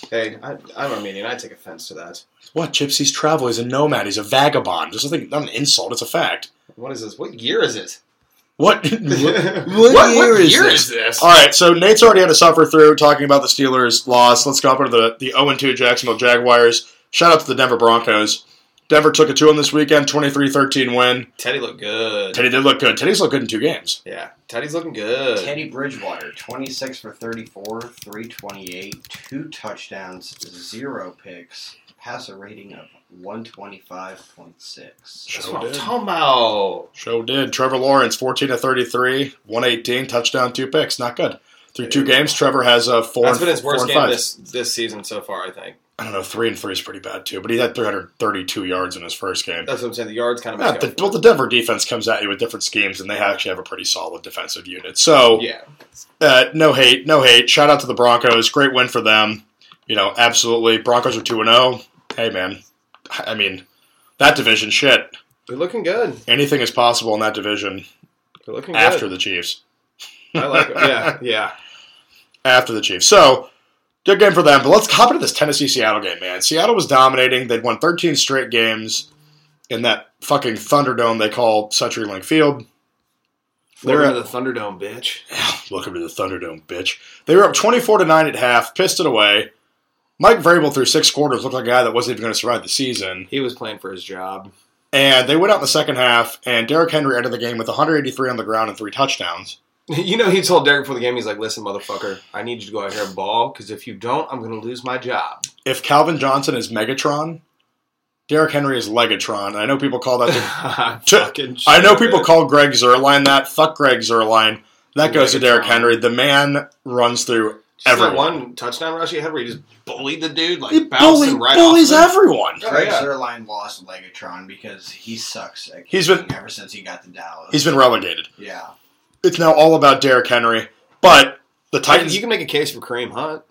Speaker 1: Hey, I, I'm Armenian. I take offense to that.
Speaker 2: What gypsies travel? He's a nomad. He's a vagabond. There's nothing not an insult. It's a fact.
Speaker 1: What is this? What year is it?
Speaker 2: What
Speaker 1: what,
Speaker 2: year is this?
Speaker 1: this?
Speaker 2: All right, so Nate's already had to suffer through talking about the Steelers' loss. Let's go up to the, the 0 2 Jacksonville Jaguars. Shout out to the Denver Broncos. Denver took it to them this weekend, 23 13 win.
Speaker 1: Teddy looked good.
Speaker 2: Teddy did look good. Teddy's looked good in two games.
Speaker 1: Yeah, Teddy's looking good.
Speaker 3: Teddy Bridgewater, 26 for 34, 328, two touchdowns, zero picks, passer rating of 125.6.
Speaker 1: That's
Speaker 2: Sure
Speaker 1: what I'm
Speaker 2: did.
Speaker 1: talking about.
Speaker 2: Show did. Trevor Lawrence, 14 to 33, 118, touchdown, two picks. Not good. Through two games, Trevor has a four
Speaker 1: That's
Speaker 2: and
Speaker 1: been his
Speaker 2: four
Speaker 1: worst
Speaker 2: and
Speaker 1: game
Speaker 2: five.
Speaker 1: this this season so far. I think.
Speaker 2: I don't know, three and three is pretty bad too, but he had 332 yards in his first game.
Speaker 1: That's what I'm saying. The yards kind of.
Speaker 2: Yeah,
Speaker 1: make
Speaker 2: the,
Speaker 1: up
Speaker 2: well,
Speaker 1: for
Speaker 2: the Denver defense comes at you with different schemes, and they actually have a pretty solid defensive unit. So,
Speaker 1: it. yeah.
Speaker 2: uh, no hate, no hate. Shout out to the Broncos. Great win for them. You know, absolutely. Broncos are 2 and 0. Hey, man. I mean, that division, shit.
Speaker 1: They're looking good.
Speaker 2: Anything is possible in that division
Speaker 1: They're looking good.
Speaker 2: after the Chiefs.
Speaker 1: I like it. Yeah,
Speaker 4: yeah.
Speaker 2: after the Chiefs. So good game for them. But let's hop into this Tennessee Seattle game, man. Seattle was dominating. They'd won 13 straight games in that fucking Thunderdome they call CenturyLink Field. They're
Speaker 4: They're
Speaker 2: at-
Speaker 4: in the Thunderdome, bitch.
Speaker 2: Welcome to the Thunderdome, bitch. They were up 24 to 9 at half, pissed it away. Mike Vrabel through six quarters looked like a guy that wasn't even going to survive the season.
Speaker 4: He was playing for his job.
Speaker 2: And they went out in the second half, and Derrick Henry ended the game with 183 on the ground and three touchdowns.
Speaker 4: You know, he told Derek before the game, he's like, "Listen, motherfucker, I need you to go out here and ball because if you don't, I'm going to lose my job."
Speaker 2: If Calvin Johnson is Megatron, Derrick Henry is Legatron. And I know people call that the
Speaker 4: Fucking
Speaker 2: I know
Speaker 4: shit,
Speaker 2: people
Speaker 4: man.
Speaker 2: call Greg Zerline that. Fuck Greg Zerline. That goes to Derrick Henry. The man runs through
Speaker 4: Just that
Speaker 2: everyone.
Speaker 4: one touchdown rush he had where he just bullied the dude, like
Speaker 2: He
Speaker 4: bouncing
Speaker 2: bully,
Speaker 4: right
Speaker 2: bullies
Speaker 4: off.
Speaker 2: everyone.
Speaker 4: Yeah.
Speaker 3: Craig Zerline lost Legatron because he sucks at
Speaker 2: He's been-
Speaker 3: kicking ever since he got to Dallas.
Speaker 2: He's been relegated.
Speaker 3: yeah.
Speaker 2: It's now all about Derrick Henry. But the
Speaker 4: Titans.
Speaker 2: Titans.
Speaker 4: You can make a case for Kareem Hunt.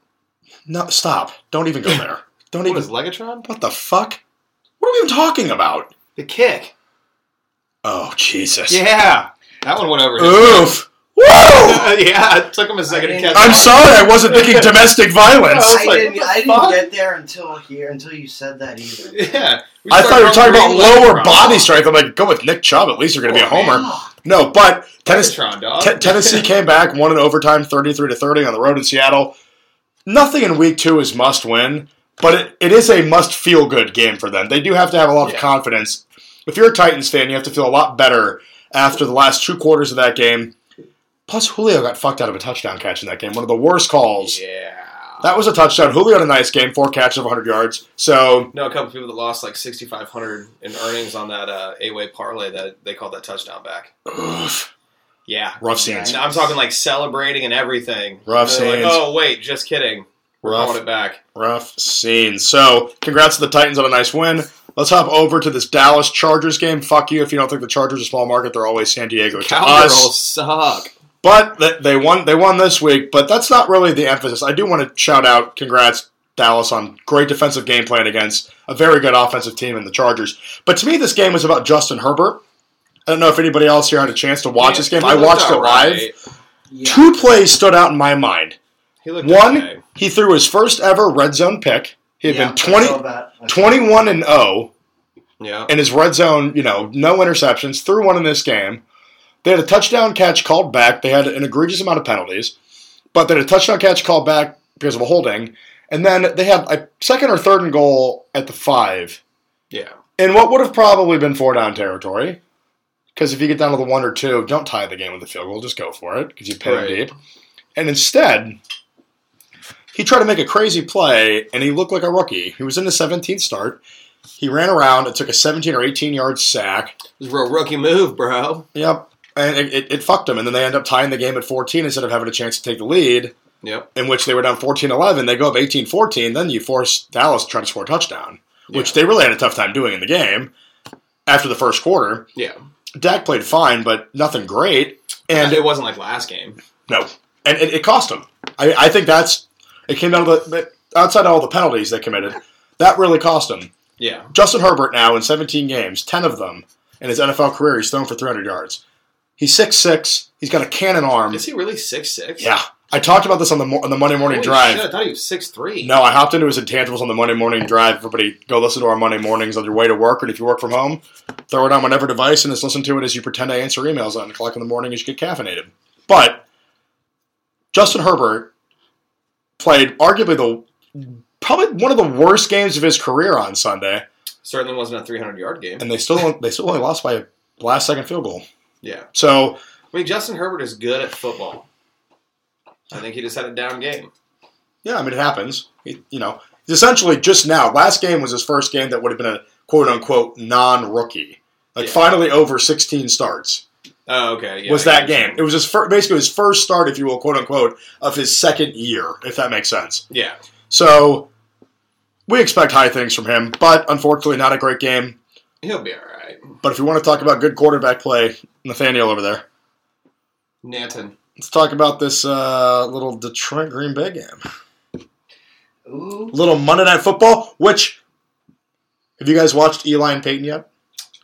Speaker 2: No, stop. Don't even go there. Don't
Speaker 4: What
Speaker 2: even.
Speaker 4: is Legatron?
Speaker 2: What the fuck? What are we even talking about?
Speaker 4: The kick.
Speaker 2: Oh Jesus.
Speaker 4: Yeah, that one went over. his-
Speaker 2: Oof. Woo!
Speaker 4: yeah, it took him a second to
Speaker 3: I
Speaker 4: catch.
Speaker 2: I'm sorry. I wasn't thinking domestic violence.
Speaker 4: I was
Speaker 3: I,
Speaker 4: like,
Speaker 3: didn't,
Speaker 4: what the
Speaker 3: I didn't
Speaker 4: fuck?
Speaker 3: get there until here until you said that either.
Speaker 4: Yeah, We
Speaker 2: I thought you were
Speaker 4: started
Speaker 2: talking about
Speaker 4: Kareem
Speaker 2: lower
Speaker 4: Legatron.
Speaker 2: body strength. I'm like, go with Nick Chubb. At least you're going to be a
Speaker 4: Oh, man.
Speaker 2: homer. No, but Tennessee.
Speaker 4: Legatron, dog.
Speaker 2: T- Tennessee came back, won in overtime, thirty-three to thirty on the road in Seattle. Nothing in Week Two is must-win, but it, it is a must-feel-good game for them. They do have to have a lot of
Speaker 4: Yeah.
Speaker 2: confidence. If you're a Titans fan, you have to feel a lot better after the last two quarters of that game. Plus, Julio got fucked out of a touchdown catch in that game. One of the worst calls.
Speaker 4: yeah.
Speaker 2: That was a touchdown. Julio had a nice game, four catches of 100 yards. So
Speaker 1: No, a couple people that lost like 6,500 in earnings on that uh, eight-way parlay that they called that touchdown back.
Speaker 2: oof,
Speaker 1: Yeah,
Speaker 2: rough scenes.
Speaker 1: And I'm talking like celebrating and everything.
Speaker 2: Rough
Speaker 1: They're like,
Speaker 2: scenes.
Speaker 1: oh wait, just kidding. We're
Speaker 2: Rough.
Speaker 1: calling it back.
Speaker 2: Rough scene. So, congrats to the Titans on a nice win. Let's hop over to this Dallas Chargers game. Fuck you if you don't think the Chargers are a small market. They're always San Diego to us.
Speaker 4: Cowgirls suck.
Speaker 2: But th- they won. They won this week. But that's not really the emphasis. I do want to shout out. Congrats Dallas on great defensive game plan against a very good offensive team in the Chargers. But to me, this game was about Justin Herbert. I don't know if anybody else here had a chance to watch
Speaker 1: Yeah,
Speaker 2: this game.
Speaker 1: he
Speaker 2: I
Speaker 1: looked
Speaker 2: watched it
Speaker 1: all right.
Speaker 2: live.
Speaker 3: Yeah.
Speaker 2: Two plays stood out in my mind.
Speaker 1: He looked
Speaker 2: One,
Speaker 1: okay.
Speaker 2: he threw his first ever red zone pick. He had
Speaker 3: Yeah,
Speaker 2: been
Speaker 3: I
Speaker 2: 20,
Speaker 3: saw that. I saw
Speaker 2: 21 and 0
Speaker 4: Yeah.
Speaker 2: and his red zone, you know, no interceptions, threw one in this game. They had a touchdown catch called back. They had an egregious amount of penalties, but they had a touchdown catch called back because of a holding. And then they had a second or third and goal at the five
Speaker 4: Yeah.
Speaker 2: in what would have probably been four down territory. Because if you get down to the one or two, don't tie the game with a field goal. Just go for it because you pin
Speaker 4: Right.
Speaker 2: them deep. And instead, he tried to make a crazy play, and he looked like a rookie. He was in the 17th start. He ran around and took a 17 or 18 yard sack.
Speaker 4: It was a real rookie move, bro.
Speaker 2: Yep. And it, it, it fucked him. And then they end up tying the game at 14 instead of having a chance to take the lead,
Speaker 4: Yep.
Speaker 2: in which they were down 14 11. They go up 18 14. Then you force Dallas to try to score a touchdown, which they really had a tough time doing in the game after the first quarter.
Speaker 4: Yeah.
Speaker 2: Dak played fine, but nothing great.
Speaker 4: And
Speaker 2: And
Speaker 4: it wasn't like last game.
Speaker 2: no, and it, it cost him. I, I think that's it came out of the that- outside of all the penalties they committed. That really cost him.
Speaker 4: Yeah.
Speaker 2: Justin Herbert now in 17 games, 10 of them in his NFL career, he's thrown for 300 yards. He's 6'6". He's got a cannon arm.
Speaker 4: Is he really six six?
Speaker 2: Yeah, I talked about this on the mo- on the Monday morning
Speaker 4: Holy
Speaker 2: drive.
Speaker 4: shit, I thought he was six three.
Speaker 2: No, I hopped into his intangibles on the Monday morning drive. Everybody, go listen to our Monday mornings on your way to work, and if you work from home, Throw it on whatever device and just listen to it as you pretend I answer emails at 9 o'clock in the morning as you get caffeinated. But Justin Herbert played arguably the probably one of the worst games of his career on Sunday,
Speaker 1: Certainly wasn't a 300 yard game.
Speaker 2: and they still they still only lost by a last second field goal.
Speaker 1: Yeah.
Speaker 2: So
Speaker 1: I mean, Justin Herbert is good at football. I think he just had a down game.
Speaker 2: yeah, I mean it happens. He- you know, essentially just now. Last game was his first game that would have been a quote unquote non rookie. Like
Speaker 1: Yeah.
Speaker 2: finally over 16 starts.
Speaker 1: Oh, okay. Yeah,
Speaker 2: was
Speaker 1: I
Speaker 2: that
Speaker 1: get what you're
Speaker 2: game. It was his fir- basically his first start, if you will, quote unquote, of his second year, if that makes sense.
Speaker 1: saying. Yeah.
Speaker 2: So we expect high things from him, but unfortunately, not a great game.
Speaker 1: He'll be all right.
Speaker 2: But if you want to talk about good quarterback play, Nathaniel over there,
Speaker 1: Nanton.
Speaker 2: let's talk about this uh, little Detroit Green Bay game,
Speaker 3: Ooh.
Speaker 2: little Monday Night Football. Which have you guys watched Eli and Peyton yet?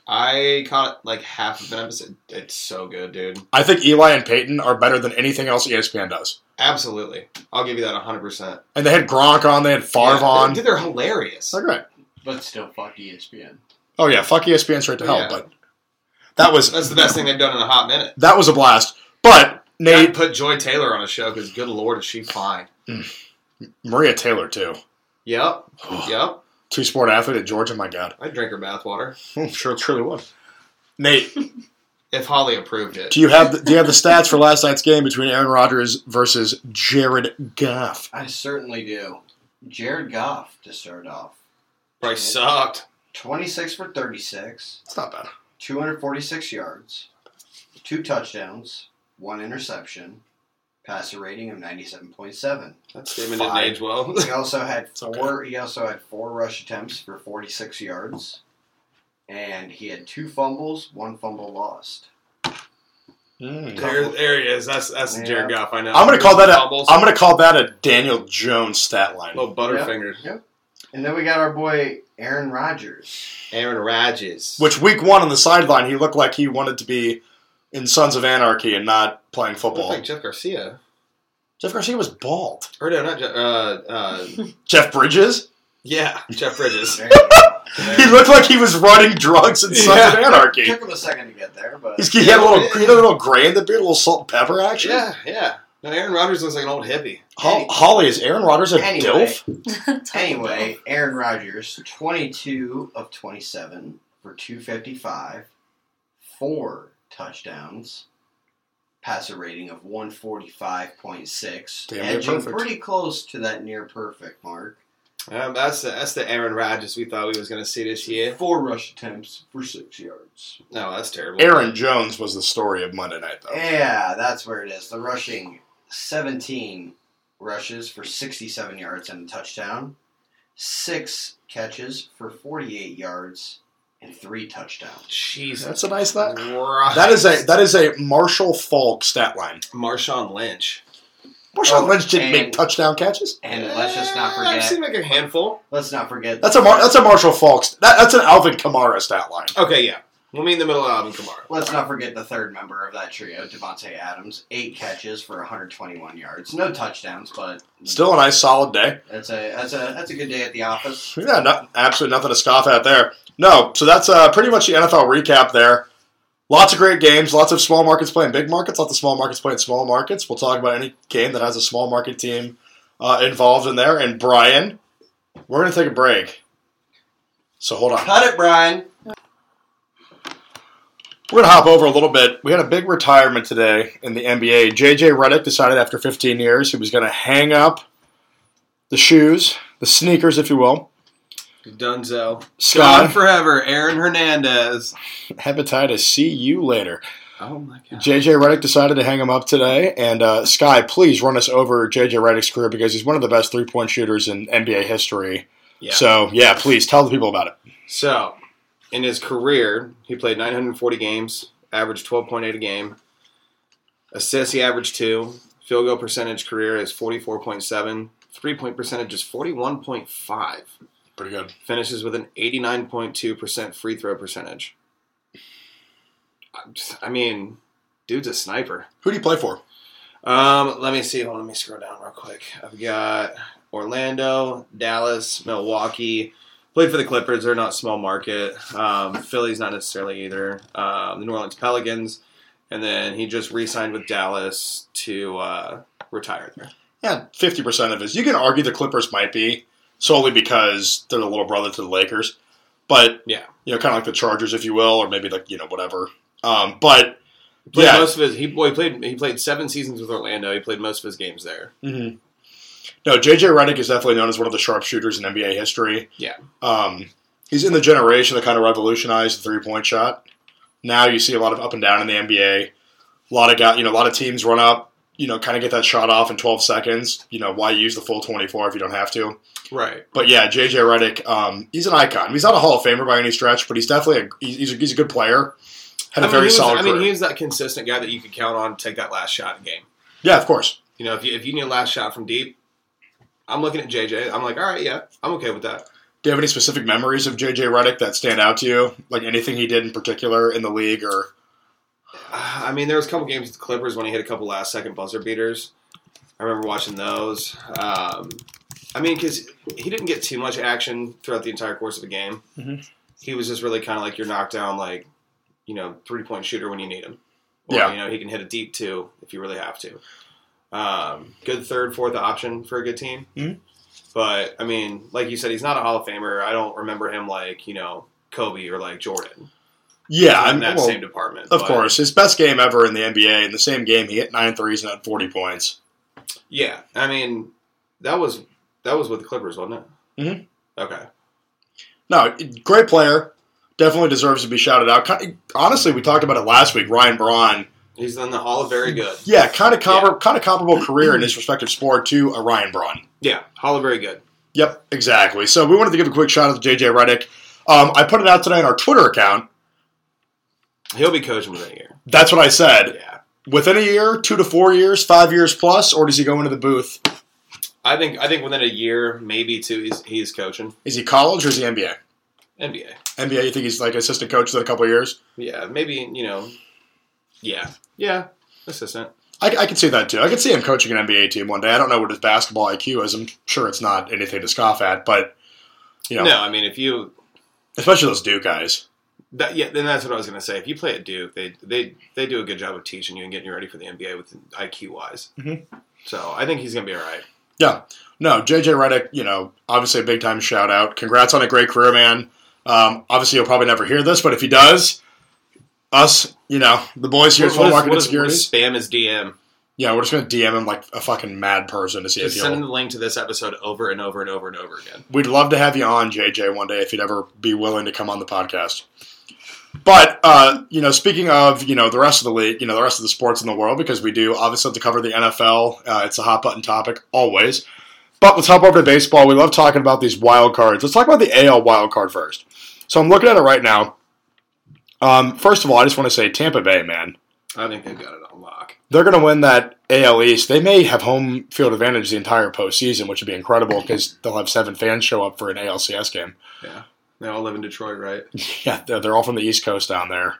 Speaker 1: I caught like half of an episode. It's so good, dude.
Speaker 2: I think Eli and Peyton are better than anything else E ESPN does.
Speaker 1: Absolutely. I'll give you that 100%.
Speaker 2: And they had Gronk on, they had Favre
Speaker 1: Yeah,
Speaker 2: on.
Speaker 1: Dude, they're hilarious.
Speaker 2: They're great.
Speaker 3: But still, fuck E ESPN.
Speaker 2: Oh yeah, fuck ESPN straight to hell.
Speaker 1: Yeah.
Speaker 2: But that was
Speaker 1: That's the best thing they've done in a hot minute.
Speaker 2: that was a blast. But
Speaker 1: They
Speaker 2: Nate
Speaker 1: put Joy Taylor on a show because, good lord, is she fine.
Speaker 2: Maria Taylor too,
Speaker 1: Yep. Yep.
Speaker 2: two sport athlete at Georgia. My God,
Speaker 1: I'd drink her bathwater
Speaker 2: I'm sure it truly was. Nate,
Speaker 1: if Holly approved it.
Speaker 2: do you have the, do you have the stats for last night's game between Aaron Rodgers versus Jared Goff?
Speaker 3: I certainly do. Jared Goff to start off.
Speaker 1: Probably sucked.
Speaker 3: 26 for 36,
Speaker 2: It's not bad.
Speaker 3: 246 yards, two touchdowns, one interception, passer rating of 97.7.
Speaker 1: That statement didn't
Speaker 2: Fine.
Speaker 1: age well.
Speaker 3: He also had
Speaker 2: okay.
Speaker 3: four. He also had four rush attempts for 46 yards, and he had two fumbles, one fumble lost.
Speaker 2: Mm.
Speaker 1: There, there he is. That's that's
Speaker 3: Yeah.
Speaker 1: Jared Goff. I know.
Speaker 2: I'm gonna call that a
Speaker 1: Fumbles.
Speaker 2: I'm gonna call that a Daniel Jones stat line.
Speaker 1: little butterfingers.
Speaker 3: And then we got our boy Aaron Rodgers.
Speaker 1: Aaron Rodgers.
Speaker 2: Which week one on the sideline, he looked like he wanted to be in Sons of Anarchy and not playing
Speaker 1: looked
Speaker 2: football.
Speaker 1: like Jeff Garcia.
Speaker 2: Jeff Garcia was bald.
Speaker 1: Or no, not Jeff. Uh, uh,
Speaker 2: Jeff Bridges.
Speaker 1: yeah, Jeff Bridges.
Speaker 3: There you go.
Speaker 2: He looked like he was running drugs in Sons of Anarchy.
Speaker 3: Took him a second to get there, but
Speaker 2: He's, he had a little, he had a little gray in the beard, a little salt and pepper action.
Speaker 1: yeah, yeah. No, Aaron Rodgers looks like an old hippie.
Speaker 2: Ho- Holly is Aaron Rodgers a
Speaker 3: Anyway.
Speaker 2: dilf?
Speaker 3: Anyway, Aaron Rodgers, 22 of 27 for 255, four touchdowns, passer rating of 145.6,
Speaker 2: Damn near
Speaker 3: edging
Speaker 2: perfect.
Speaker 3: pretty close to that near perfect mark.
Speaker 1: Um, that's the that's the Aaron Rodgers we thought we was gonna see this year.
Speaker 3: Four rush attempts for six yards.
Speaker 1: No, that's terrible.
Speaker 2: Aaron Jones was the story of Monday night, though.
Speaker 3: Yeah, that's where it is. The rushing, 17 rushes for 67 yards and a touchdown, six catches for 48 yards, and three touchdowns.
Speaker 1: Jesus.
Speaker 2: That's a nice that.
Speaker 1: Christ.
Speaker 2: That is a that is a Marshall Falk stat line.
Speaker 1: Marshawn Lynch.
Speaker 2: Marshawn
Speaker 3: Oh,
Speaker 2: Lynch didn't make
Speaker 3: and-
Speaker 2: touchdown catches.
Speaker 3: And let's just not
Speaker 1: Yeah, I've
Speaker 3: forget.
Speaker 1: seen like a handful.
Speaker 3: Let's not forget.
Speaker 2: That's a Mar- that's a Marshall Falk. st- That, that's an Alvin Kamara stat line.
Speaker 1: Okay, yeah. We'll meet in the middle of Alvin Kamara.
Speaker 3: Let's not forget the third member of that trio, Devonte Adams, eight catches for 121 yards, no touchdowns, but
Speaker 2: Still a nice solid day.
Speaker 3: that's a that's a that's a good day at the office.
Speaker 2: Yeah, no, absolutely nothing to scoff at there. No, so that's uh, pretty much the NFL recap there. Lots of great games, lots of small markets playing big markets, lots of small markets playing small markets. We'll talk about any game that has a small market team uh, involved in there. And Brian, we're going to take a break. So hold on.
Speaker 3: Cut it, Brian.
Speaker 2: We're going to hop over a little bit. We had a big retirement today in the NBA. JJ Redick decided after 15 years he was going to hang up the shoes, the sneakers, if you will.
Speaker 1: Dunzo. Gone
Speaker 2: Scott,
Speaker 1: forever. Aaron Hernandez.
Speaker 2: hepatitis. See you later.
Speaker 1: Oh my god.
Speaker 2: JJ Reddick decided to hang him up today, and uh, Sky, please run us over JJ Reddick's career because he's one of the best three point shooters in NBA history.
Speaker 1: Yeah.
Speaker 2: So yeah, please tell the people about it.
Speaker 1: So, in his career, he played 940 games, averaged 12.8 a game. Assists, he averaged two. Field goal percentage career is 44.7. Three point percentage is 41.5.
Speaker 2: Pretty good.
Speaker 1: Finishes with an 89.2% free throw percentage. I'm just- I mean, dude's a sniper.
Speaker 2: Who do you play for?
Speaker 1: Um, let me see. Hold on, let me scroll down real quick. I've got Orlando, Dallas, Milwaukee, Played for the Clippers. They're not small market. Um, Philly's not necessarily either. Um, the New Orleans Pelicans, and then he just re-signed with Dallas to uh, retire there.
Speaker 2: Yeah, fifty percent of his. You can argue the Clippers might be solely because they're the little brother to the Lakers, but
Speaker 1: Yeah.
Speaker 2: you know, kind of like the Chargers, if you will, or maybe like you know whatever. Um, but
Speaker 1: Played
Speaker 2: yeah,
Speaker 1: most of his. He, well, he played. He played seven seasons with Orlando. He played most of his games there.
Speaker 2: mhm. no, JJ Redick is definitely known as one of the sharpshooters in NBA history.
Speaker 1: Yeah.
Speaker 2: um, he's in the generation that kind of revolutionized the three point shot. Now you see a lot of up and down in the NBA. A lot of guy, you know, a lot of teams run up, you know, kind of get that shot off in twelve seconds. You know, why use the full twenty four if you don't have to?
Speaker 1: Right.
Speaker 2: But yeah, JJ Redick, um, he's an icon. He's not a Hall of Famer by any stretch, but he's definitely a he's he's a, he's a good player. Had
Speaker 1: I
Speaker 2: a
Speaker 1: mean,
Speaker 2: very
Speaker 1: he was,
Speaker 2: solid
Speaker 1: I mean,
Speaker 2: career.
Speaker 1: he was that consistent guy that you could count on to take that last shot in a game.
Speaker 2: yeah, of course.
Speaker 1: You know, if you, if you need a last shot from deep, I'm looking at JJ. I'm like, all right, yeah, I'm okay with that.
Speaker 2: Do you have any specific memories of JJ Redick that stand out to you? Like anything he did in particular in the league, or
Speaker 1: Uh, I mean, there was a couple games with the Clippers when he hit a couple last second buzzer beaters. I remember watching those. Um, I mean, because he didn't get too much action throughout the entire course of the game.
Speaker 2: Mhm.
Speaker 1: He was just really kind of like your knockdown, like you know, three point shooter when you need him. Or,
Speaker 2: Yeah.
Speaker 1: You know, he can hit a deep two if you really have to. Um, good third, fourth option for a good team.
Speaker 2: Mhm.
Speaker 1: But I mean, like you said, he's not a Hall of Famer. I don't remember him like you know Kobe or like Jordan.
Speaker 2: yeah,
Speaker 1: in
Speaker 2: I'm
Speaker 1: that
Speaker 2: well,
Speaker 1: same department.
Speaker 2: Of
Speaker 1: but-
Speaker 2: course, his best game ever in the NBA. In the same game, he hit nine threes and had forty points.
Speaker 1: Yeah, I mean, that was that was with the Clippers, wasn't it?
Speaker 2: Mhm.
Speaker 1: Okay.
Speaker 2: No, great player. Definitely deserves to be shouted out. Ki- Honestly, we talked about it last week. Ryan Braun
Speaker 1: He's done the Hall of Very Good.
Speaker 2: Yeah, kind of compar- kind of comparable career in his respective sport to a Ryan Braun.
Speaker 1: Yeah, Hall of Very Good.
Speaker 2: Yep, exactly. So we wanted to give a quick shout out to JJ Redick. Um, I put it out today on our Twitter account.
Speaker 1: He'll be coaching within a year.
Speaker 2: That's what I said.
Speaker 1: Yeah,
Speaker 2: Within a year, two to four years, five years plus, or does he go into the booth?
Speaker 1: I think I think within a year, maybe two, he's he's coaching
Speaker 2: Is he college or is he NBA?
Speaker 1: NBA.
Speaker 2: NBA, you think he's like assistant coach in a couple of years?
Speaker 1: Yeah, maybe you know. Yeah, yeah, assistant.
Speaker 2: I, I could see that too. I could see him coaching an NBA team one day. I don't know what his basketball IQ is. I'm sure it's not anything to scoff at, but you know,
Speaker 1: No, I mean if you
Speaker 2: especially those Duke guys.
Speaker 1: that yeah, then that's what I was gonna say. If you play at Duke, they they they do a good job of teaching you and getting you ready for the NBA with IQ wise.
Speaker 2: Mhm.
Speaker 1: So I think he's gonna be all right.
Speaker 2: No, JJ Redick, you know, obviously a big time shout out. Congrats on a great career, man. Um, obviously, he'll probably never hear this, but if he does, us, you know, the boys here at Full
Speaker 1: What- what
Speaker 2: Market
Speaker 1: is- what is- what
Speaker 2: Insecurities,
Speaker 1: is spam his DM.
Speaker 2: yeah, we're just going to DM him like a fucking mad person to see
Speaker 1: Just
Speaker 2: if
Speaker 1: send
Speaker 2: he'll.
Speaker 1: the link to this episode over and over and over and over again.
Speaker 2: We'd love to have you on, JJ, one day if you'd ever be willing to come on the podcast. But uh, you know, speaking of you know the rest of the league, you know the rest of the sports in the world, because we do obviously have to cover the NFL. Uh, it's a hot button topic always. But let's hop over to baseball. We love talking about these wild cards. Let's talk about the AL wild card first. So I'm looking at it right now. Um, first of all, I just want to say Tampa Bay, man,
Speaker 1: I think they've got it on lock.
Speaker 2: they're going to win that AL East. They may have home field advantage the entire postseason, which would be incredible because they'll have seven fans show up for an ALCS game.
Speaker 1: They all live in Detroit, right?
Speaker 2: Yeah, they're, they're all from the East Coast down there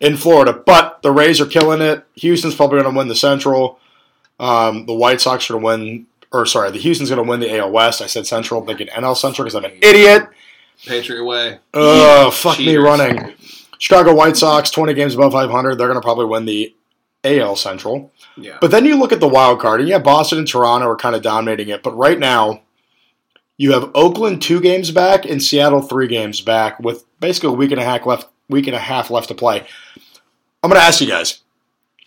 Speaker 2: in Florida. But the Rays are killing it. Houston's probably going to win the Central. Um, the White Sox are going to win, or sorry, the Houston's going to win the AL West. I said Central, I'm thinking NL Central because I'm an idiot.
Speaker 1: Patriot way.
Speaker 2: Oh, fuck me
Speaker 1: Cheaters.
Speaker 2: running. Chicago White Sox, 20 games above 500. They're going to probably win the AL Central.
Speaker 1: Yeah.
Speaker 2: But then you look at the wild card, and yeah, Boston and Toronto are kind of dominating it. But right now, you have Oakland two games back and Seattle three games back, with basically a week and a half left. Week and a half left to play. I'm going to ask you guys: